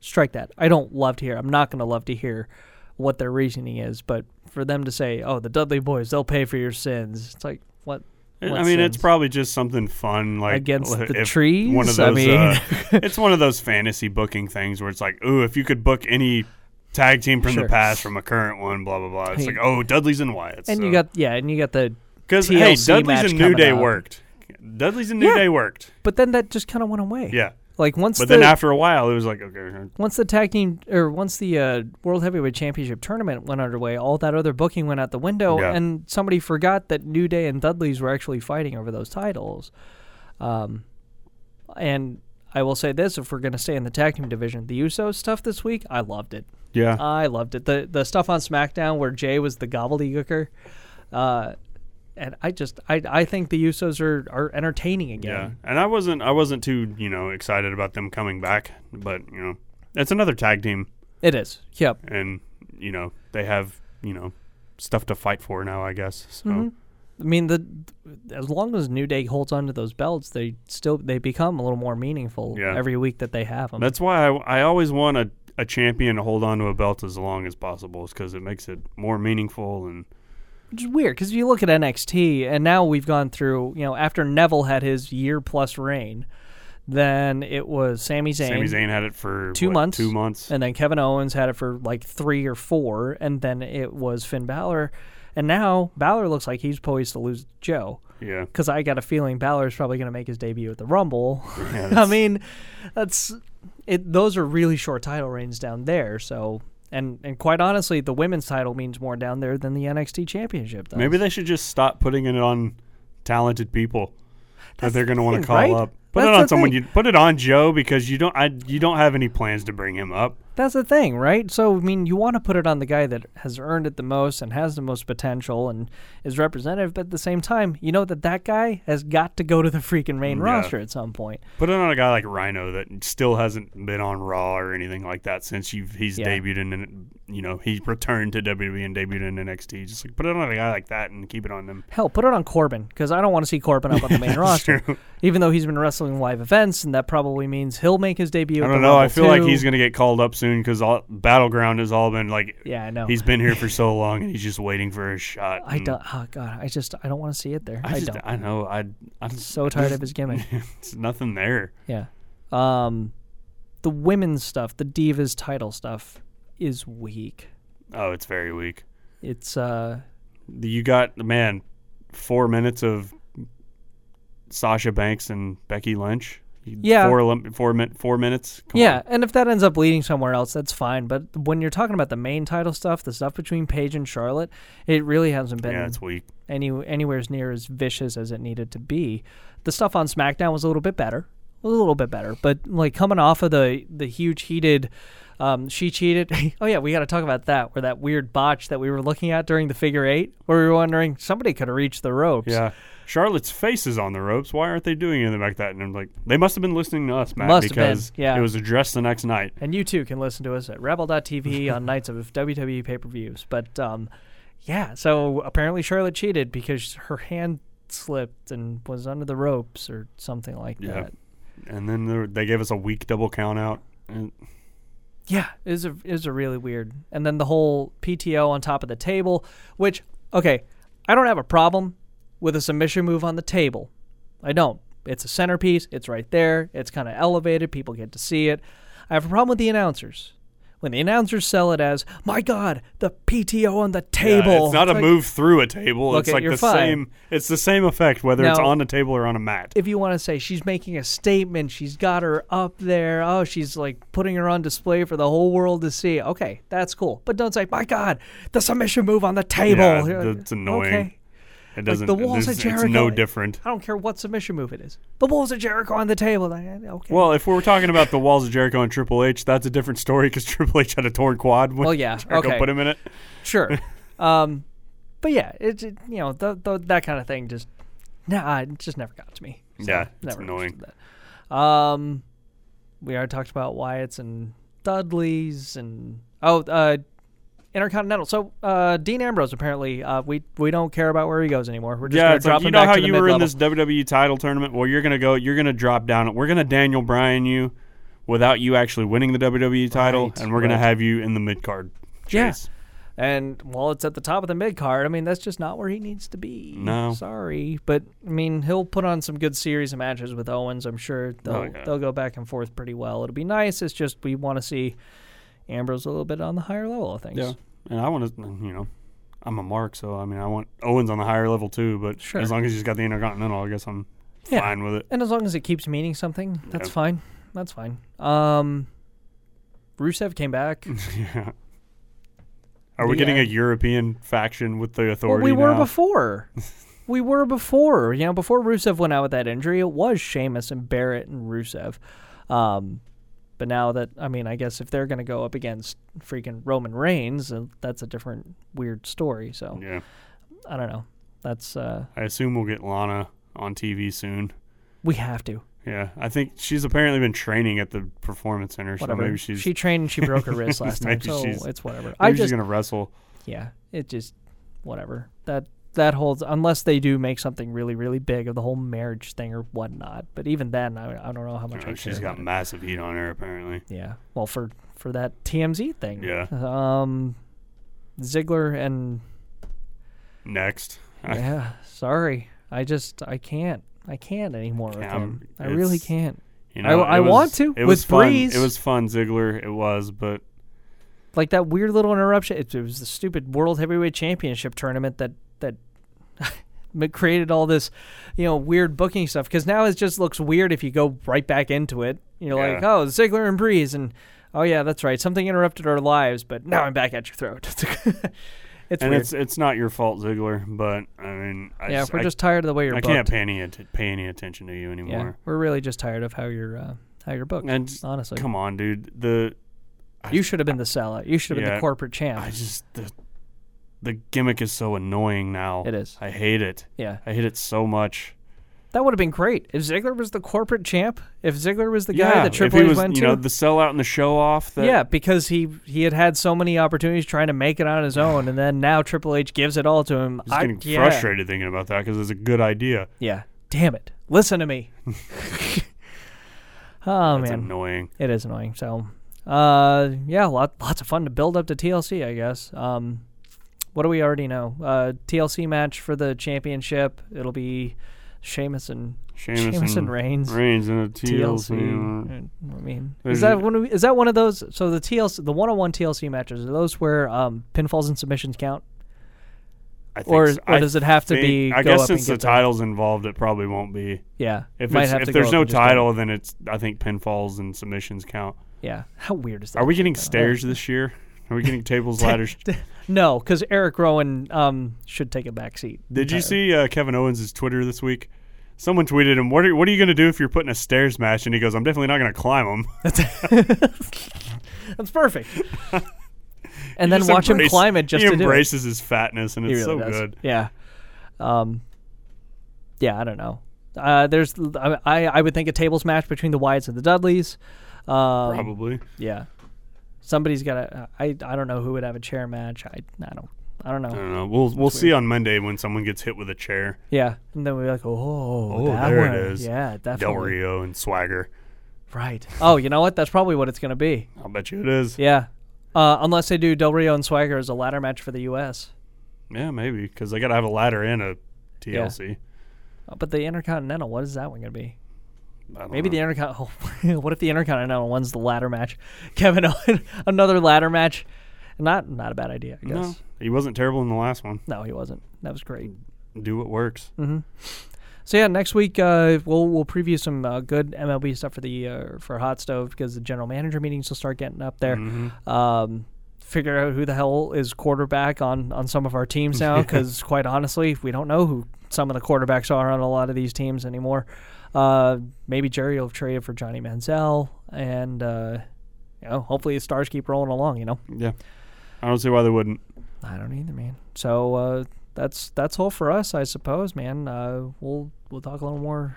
Speaker 2: strike that. I don't love to hear. I'm not going to love to hear what their reasoning is. But for them to say, "Oh, the Dudley Boys, they'll pay for your sins," it's like what? what
Speaker 6: I mean,
Speaker 2: sins?
Speaker 6: it's probably just something fun, like
Speaker 2: Against the
Speaker 6: if
Speaker 2: trees?
Speaker 6: One of
Speaker 2: I
Speaker 6: those,
Speaker 2: mean-
Speaker 6: uh, it's one of those fantasy booking things where it's like, ooh, if you could book any tag team from
Speaker 2: Sure.
Speaker 6: the past from a current one, blah blah blah. It's
Speaker 2: Hey.
Speaker 6: like, oh, Dudley's and Wyatt's,
Speaker 2: and
Speaker 6: so-
Speaker 2: you got yeah, and you got the.
Speaker 6: because hey,
Speaker 2: TLC
Speaker 6: Dudley's
Speaker 2: match
Speaker 6: and New
Speaker 2: coming
Speaker 6: Day
Speaker 2: up.
Speaker 6: worked. Dudley's and New
Speaker 2: Yeah.
Speaker 6: Day worked.
Speaker 2: But then that just kind of went away.
Speaker 6: Yeah,
Speaker 2: Like once
Speaker 6: but
Speaker 2: the
Speaker 6: then after a while, it was like, okay,
Speaker 2: once the tag team or once the uh, World Heavyweight Championship tournament went underway, all that other booking went out the window,
Speaker 6: Yeah.
Speaker 2: and somebody forgot that New Day and Dudley's were actually fighting over those titles. Um, and I will say this: if we're going to stay in the tag team division, the Usos stuff this week, I loved it.
Speaker 6: yeah.
Speaker 2: I loved it. the The stuff on SmackDown where Jay was the gobbledygooker, uh, and I just I I think the Usos are are entertaining
Speaker 6: Yeah,
Speaker 2: again.
Speaker 6: and I wasn't I wasn't too you know excited about them coming back, but you know it's another tag team,
Speaker 2: It is. Yep.
Speaker 6: and you know they have you know stuff to fight for now, I guess. So
Speaker 2: Mm-hmm. I mean, the as long as New Day holds onto those belts, they still they become a little more meaningful
Speaker 6: Yeah.
Speaker 2: every week that they have them.
Speaker 6: that's why I, I always want a, a champion to hold on to a belt as long as possible, is because it makes it more meaningful and
Speaker 2: Which is weird because if you look at NXT, and now we've gone through, you know, after Neville had his year plus reign, then it was Sami Zayn,
Speaker 6: Sami Zayn had it for
Speaker 2: two
Speaker 6: what,
Speaker 2: months,
Speaker 6: two months.
Speaker 2: and then Kevin Owens had it for like three or four, and then it was Finn Balor, and now Balor looks like he's poised to lose to Joe.
Speaker 6: yeah,
Speaker 2: because I got a feeling Balor's probably going to make his debut at the Rumble. I
Speaker 6: that's-
Speaker 2: mean, that's it. Those are really short title reigns down there. So, and and quite honestly, the women's title means more down there than the NXT Championship. Does.
Speaker 6: maybe they should just stop putting it on talented people that they're going to want
Speaker 2: thing,
Speaker 6: to call
Speaker 2: right?
Speaker 6: up. Put
Speaker 2: That's
Speaker 6: it on
Speaker 2: the
Speaker 6: someone.
Speaker 2: thing.
Speaker 6: You put it on Joe because you don't. I you don't have any plans to bring him up.
Speaker 2: that's the thing, right? So, I mean, you want to put it on the guy that has earned it the most and has the most potential and is representative, but at the same time, you know that that guy has got to go to the freaking main roster at some point.
Speaker 6: Put it on a guy like Rhino that still hasn't been on Raw or anything like that since you've, he's
Speaker 2: Yeah.
Speaker 6: debuted in- in, you know, he returned to WWE and debuted in NXT. Just like put it on a guy like that and keep it on them.
Speaker 2: Hell, put it on Corbin because I don't want to see Corbin up on the main roster. Even though he's been wrestling live events, and that probably means he'll make his debut.
Speaker 6: I
Speaker 2: at
Speaker 6: don't
Speaker 2: the
Speaker 6: know. I
Speaker 2: Rumble,
Speaker 6: feel like
Speaker 2: too.
Speaker 6: he's gonna get called up soon because Battleground has all been like,
Speaker 2: Yeah, I know.
Speaker 6: he's been here for so long and he's just waiting for his shot.
Speaker 2: I
Speaker 6: and
Speaker 2: don't. Oh god, I just I don't want to see it there. I,
Speaker 6: Hmm. I, just,
Speaker 2: don't.
Speaker 6: I know. I I'm
Speaker 2: so tired of his gimmick.
Speaker 6: It's nothing there.
Speaker 2: yeah. Um, the women's stuff, the divas title stuff, is weak.
Speaker 6: Oh, it's very weak.
Speaker 2: It's uh,
Speaker 6: You got man, four minutes of Sasha Banks and Becky Lynch.
Speaker 2: Yeah.
Speaker 6: four Olymp- four, min- four minutes. Come
Speaker 2: Yeah,
Speaker 6: on.
Speaker 2: and if that ends up leading somewhere else, that's fine. But when you're talking about the main title stuff, the stuff between Paige and Charlotte, it really hasn't been
Speaker 6: yeah, it's weak.
Speaker 2: any anywhere as near as vicious as it needed to be. The stuff on SmackDown was a little bit better, a little bit better. But like coming off of the the huge heated, um, she cheated. oh yeah, we got to talk about that. Or that weird botch that we were looking at during the figure eight, where we were wondering somebody could have reached the ropes.
Speaker 6: Yeah. Charlotte's face is on the ropes. Why aren't they doing anything like that? And I'm like, they must have been listening to us, Matt,
Speaker 2: Must have been,
Speaker 6: because
Speaker 2: yeah.
Speaker 6: it was addressed the next night.
Speaker 2: And you too can listen to us at rebel.tv on nights of WWE pay per views. But um, yeah, so apparently Charlotte cheated because her hand slipped and was under the ropes or something like
Speaker 6: Yeah.
Speaker 2: that.
Speaker 6: And then there, they gave us a weak double count out. And
Speaker 2: Yeah, it was, a, it was a really weird. And then the whole PTO on top of the table, which, okay, I don't have a problem with a submission move on the table. I don't. It's a centerpiece, it's right there, it's kind of elevated, people get to see it. I have a problem with the announcers. When the announcers sell it as, my God, the PTO on the
Speaker 6: Yeah,
Speaker 2: table.
Speaker 6: uh, it's not a
Speaker 2: like,
Speaker 6: move through a table.
Speaker 2: Look
Speaker 6: it's
Speaker 2: it,
Speaker 6: like
Speaker 2: you're
Speaker 6: the
Speaker 2: fine.
Speaker 6: same. It's the same effect whether it's
Speaker 2: No.
Speaker 6: on a table or on a mat.
Speaker 2: If you want to say she's making a statement, she's got her up there. Oh, she's like putting her on display for the whole world to see. Okay, that's cool. But don't say, my God, the submission move on the table.
Speaker 6: Yeah,
Speaker 2: You're like,
Speaker 6: that's annoying.
Speaker 2: Okay.
Speaker 6: it doesn't.
Speaker 2: the walls
Speaker 6: there's-
Speaker 2: of Jericho.
Speaker 6: It's no different.
Speaker 2: I don't care what submission move it is. The walls of Jericho on the table. Like, eh, Okay.
Speaker 6: Well, if we were talking about the walls of Jericho and Triple H, that's a different story because Triple H had a torn quad when
Speaker 2: Well, yeah,
Speaker 6: Jericho
Speaker 2: okay.
Speaker 6: put him in it.
Speaker 2: sure. um, but yeah, it's it, you know the, the, that kind of thing just nah, it just never got to me.
Speaker 6: Yeah, it's
Speaker 2: never
Speaker 6: annoying.
Speaker 2: understood that. Um, we already talked about Wyatt's and Dudley's and oh, uh, Intercontinental. So uh, Dean Ambrose apparently uh, we we don't care about where he goes anymore. We're just
Speaker 6: Yeah,
Speaker 2: gonna
Speaker 6: it's
Speaker 2: drop
Speaker 6: like, you
Speaker 2: him
Speaker 6: know
Speaker 2: back
Speaker 6: how
Speaker 2: to the
Speaker 6: you were in
Speaker 2: mid-level.
Speaker 6: this WWE title tournament. Well, you're gonna go. You're gonna drop down. We're gonna Daniel Bryan you without you actually winning the WWE title,
Speaker 2: Right,
Speaker 6: and we're gonna
Speaker 2: right.
Speaker 6: have you in the mid card.
Speaker 2: Yeah. And while it's at the top of the mid card, I mean that's just not where he needs to be.
Speaker 6: No.
Speaker 2: sorry, but I mean he'll put on some good series of matches with Owens. I'm sure they'll
Speaker 6: Oh, yeah.
Speaker 2: they'll go back and forth pretty well. It'll be nice. It's just we want to see Ambrose a little bit on the higher level of things.
Speaker 6: Yeah, and I want to, you know, I'm a mark, so I mean, I want Owens on the higher level too. But
Speaker 2: Sure.
Speaker 6: as long as he's got the Intercontinental, I guess I'm
Speaker 2: Yeah.
Speaker 6: fine with it.
Speaker 2: And as long as it keeps meaning something, that's
Speaker 6: Yeah.
Speaker 2: fine. That's fine. Um, Rusev came back.
Speaker 6: yeah. Are we
Speaker 2: The
Speaker 6: getting a
Speaker 2: end.
Speaker 6: European faction with the
Speaker 2: well,
Speaker 6: authority
Speaker 2: we were
Speaker 6: now?
Speaker 2: before. we were before. You know, before Rusev went out with that injury, it was Sheamus and Barrett and Rusev. Um, but now that I mean, I guess if they're going to go up against freaking Roman Reigns, uh, that's a different weird story. So
Speaker 6: Yeah,
Speaker 2: I don't know. That's uh,
Speaker 6: I assume we'll get Lana on TV soon.
Speaker 2: we have to.
Speaker 6: Yeah, I think she's apparently been training at the Performance Center,
Speaker 2: Whatever.
Speaker 6: so maybe she's
Speaker 2: she trained and she broke her wrist last time,
Speaker 6: Maybe
Speaker 2: so
Speaker 6: she's-
Speaker 2: it's whatever.
Speaker 6: maybe
Speaker 2: I
Speaker 6: she's
Speaker 2: just
Speaker 6: gonna wrestle.
Speaker 2: yeah, it just whatever. That that holds unless they do make something really really big of the whole marriage thing or whatnot. But even then, I, I don't know how much
Speaker 6: Oh,
Speaker 2: I
Speaker 6: she's
Speaker 2: care
Speaker 6: got
Speaker 2: about it.
Speaker 6: massive heat on her apparently.
Speaker 2: Yeah. Well, for for that TMZ thing.
Speaker 6: Yeah.
Speaker 2: Um, Ziggler and
Speaker 6: Next, I-
Speaker 2: yeah. sorry, I just I can't I can't anymore with
Speaker 6: Yeah,
Speaker 2: him. I
Speaker 6: I'm-
Speaker 2: really
Speaker 6: it's-
Speaker 2: can't.
Speaker 6: you
Speaker 2: I- I
Speaker 6: it was-
Speaker 2: want to,
Speaker 6: It
Speaker 2: with
Speaker 6: was fun.
Speaker 2: Breeze.
Speaker 6: It was fun, Ziggler. It was, but
Speaker 2: Like that weird little interruption. It, it was the stupid World Heavyweight Championship tournament that that. ma- created all this, you know, weird booking stuff because now it just looks weird if you go right back into it. You're like,
Speaker 6: Yeah.
Speaker 2: oh, Ziggler and Breeze, and oh yeah, that's right, something interrupted our lives, but now I'm back at your throat. it's
Speaker 6: and
Speaker 2: weird.
Speaker 6: it's it's not your fault, Ziggler. But I mean, I
Speaker 2: yeah,
Speaker 6: just,
Speaker 2: if we're
Speaker 6: I,
Speaker 2: just tired of the way you're
Speaker 6: I
Speaker 2: booked.
Speaker 6: can't pay any att- pay any attention to you
Speaker 2: Yeah,
Speaker 6: anymore.
Speaker 2: we're really just tired of how you're uh, how you're booked.
Speaker 6: And just-
Speaker 2: honestly,
Speaker 6: Come on, dude. The
Speaker 2: you should have been the sellout. You should have been
Speaker 6: Yeah.
Speaker 2: the corporate champ.
Speaker 6: I just the the gimmick is so annoying now.
Speaker 2: It is.
Speaker 6: I hate it.
Speaker 2: yeah,
Speaker 6: I hate it so much.
Speaker 2: that would have been great if Ziggler was the corporate champ. If Ziggler was the guy
Speaker 6: yeah,
Speaker 2: that
Speaker 6: if
Speaker 2: Triple
Speaker 6: he
Speaker 2: H
Speaker 6: was,
Speaker 2: went
Speaker 6: you
Speaker 2: to.
Speaker 6: know, the sellout and the show off. That,
Speaker 2: yeah, because he he had had so many opportunities trying to make it on his own, and then now Triple H gives it all to him.
Speaker 6: I'm just getting
Speaker 2: yeah.
Speaker 6: frustrated thinking about that because it's a good idea.
Speaker 2: Yeah, damn it! Listen to me. oh
Speaker 6: It's
Speaker 2: man,
Speaker 6: annoying.
Speaker 2: it is annoying. So, uh, yeah, lot, lots of fun to build up to TLC, I guess. Um, what do we already know? Uh, TLC match for the championship. It'll be Sheamus and
Speaker 6: Sheamus,
Speaker 2: and Reigns.
Speaker 6: Reigns and a TLC.
Speaker 2: TLC. Mm, I mean,
Speaker 6: There's
Speaker 2: is that
Speaker 6: a-
Speaker 2: one? Of, is that one of those? So the TLC, the one-on-one TLC matches, are those where um, pinfalls and submissions count?
Speaker 6: I think
Speaker 2: Or-
Speaker 6: s-
Speaker 2: or
Speaker 6: I
Speaker 2: does it have to
Speaker 6: think-
Speaker 2: be
Speaker 6: I
Speaker 2: go
Speaker 6: guess
Speaker 2: up and
Speaker 6: since the
Speaker 2: get them?
Speaker 6: title's involved, it probably won't be.
Speaker 2: Yeah,
Speaker 6: If
Speaker 2: might
Speaker 6: it's,
Speaker 2: have
Speaker 6: if
Speaker 2: to
Speaker 6: there's
Speaker 2: go up
Speaker 6: no
Speaker 2: and just get 'em.
Speaker 6: title, then it's I think pinfalls and submissions count.
Speaker 2: Yeah, how weird is that?
Speaker 6: Are we getting stairs this year? Are we getting tables, ladders?
Speaker 2: No, because Eric Rowan um, should take a back seat.
Speaker 6: Did you see uh, Kevin Owens' Twitter this week? Someone tweeted him, "What are what are you going to do if you're putting a stairs match?" And he goes, "I'm definitely not going to climb them."
Speaker 2: That's perfect. and then watch him climb it just
Speaker 6: he
Speaker 2: to do it.
Speaker 6: embraces his fatness, and it's
Speaker 2: He really
Speaker 6: so
Speaker 2: does.
Speaker 6: good.
Speaker 2: Yeah. Um, yeah, I don't know. Uh, there's, I, I I would think a tables match between the Wyatts and the Dudleys. Um,
Speaker 6: Probably.
Speaker 2: Yeah. Somebody's got to. I I don't know who would have a chair match. I I don't I don't know.
Speaker 6: I don't know. We'll we'll see on Monday when someone gets hit with a chair.
Speaker 2: Yeah, and then we're like, oh,
Speaker 6: Oh,
Speaker 2: that
Speaker 6: there it
Speaker 2: one.
Speaker 6: is.
Speaker 2: Yeah,
Speaker 6: Del
Speaker 2: definitely.
Speaker 6: Rio and Swagger.
Speaker 2: Right. Oh, you know what? That's probably what it's gonna be.
Speaker 6: I'll bet you it is.
Speaker 2: Yeah. Uh, unless they do Del Rio and Swagger as a ladder match for the U.S.
Speaker 6: Yeah, maybe because they got to have a ladder and a TLC.
Speaker 2: Uh, But the Intercontinental, what is that one gonna be?
Speaker 6: I don't
Speaker 2: Maybe
Speaker 6: know.
Speaker 2: the Intercontinental. Oh, what if the Intercontinental one's the ladder match? Kevin Owen, another ladder match. Not not a bad idea, I
Speaker 6: No,
Speaker 2: guess.
Speaker 6: he wasn't terrible in the last one.
Speaker 2: No, he wasn't. That was great.
Speaker 6: Do what works.
Speaker 2: So yeah, next week uh, we'll we'll preview some uh, good MLB stuff for the uh, for Hot Stove because the general manager meetings will start getting up there. Um, figure out who the hell is quarterback on on some of our teams now because quite honestly, we don't know who some of the quarterbacks are on a lot of these teams anymore. Uh, maybe Jerry will trade for Johnny Manziel, and uh, you know, hopefully the stars keep rolling along. You know,
Speaker 6: Yeah, I don't see why they wouldn't.
Speaker 2: I don't either, man. So uh, that's that's all for us, I suppose, man. Uh, we'll we'll talk a little more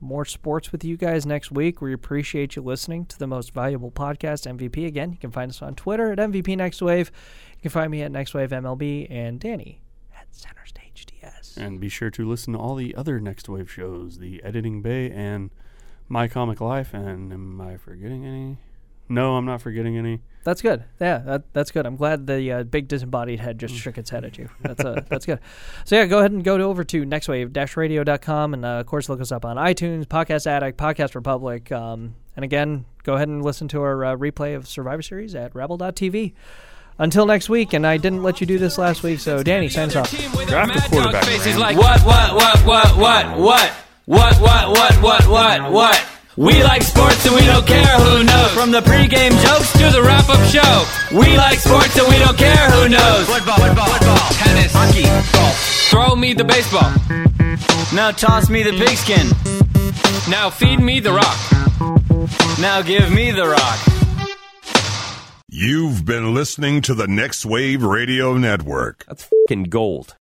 Speaker 2: more sports with you guys next week. We appreciate you listening to the most valuable podcast, MVP. Again, you can find us on Twitter at MVP Next Wave. You can find me at Next Wave MLB and Danny at Center Stage DS.
Speaker 6: And be sure to listen to all the other Next Wave shows, The Editing Bay and My Comic Life. And am I forgetting any? No, I'm not forgetting any.
Speaker 2: That's good. Yeah, that, that's good. I'm glad the uh, big disembodied head just shook its head at you. That's uh, that's good. So yeah, go ahead and go to- over to nextwave-radio.com and uh, of course look us up on iTunes, Podcast Addict, Podcast Republic, um, and again go ahead and listen to our uh, replay of Survivor Series at Rabble.tv. Until next week, and I didn't let you do this last week, so Danny, sign us off.
Speaker 6: Draft a quarterback, Rand.
Speaker 5: like what, what, what, what, what, what, what, what, what, what, what, what. We like sports and we don't care who knows. From the pregame jokes to the wrap-up show, we like sports and we don't care who knows. Football, football, football, tennis, hockey, golf. Throw me the baseball.
Speaker 4: Now toss me the pigskin.
Speaker 5: Now feed me the rock.
Speaker 4: Now give me the rock.
Speaker 1: You've been listening to the Next Wave Radio Network.
Speaker 7: That's fing gold.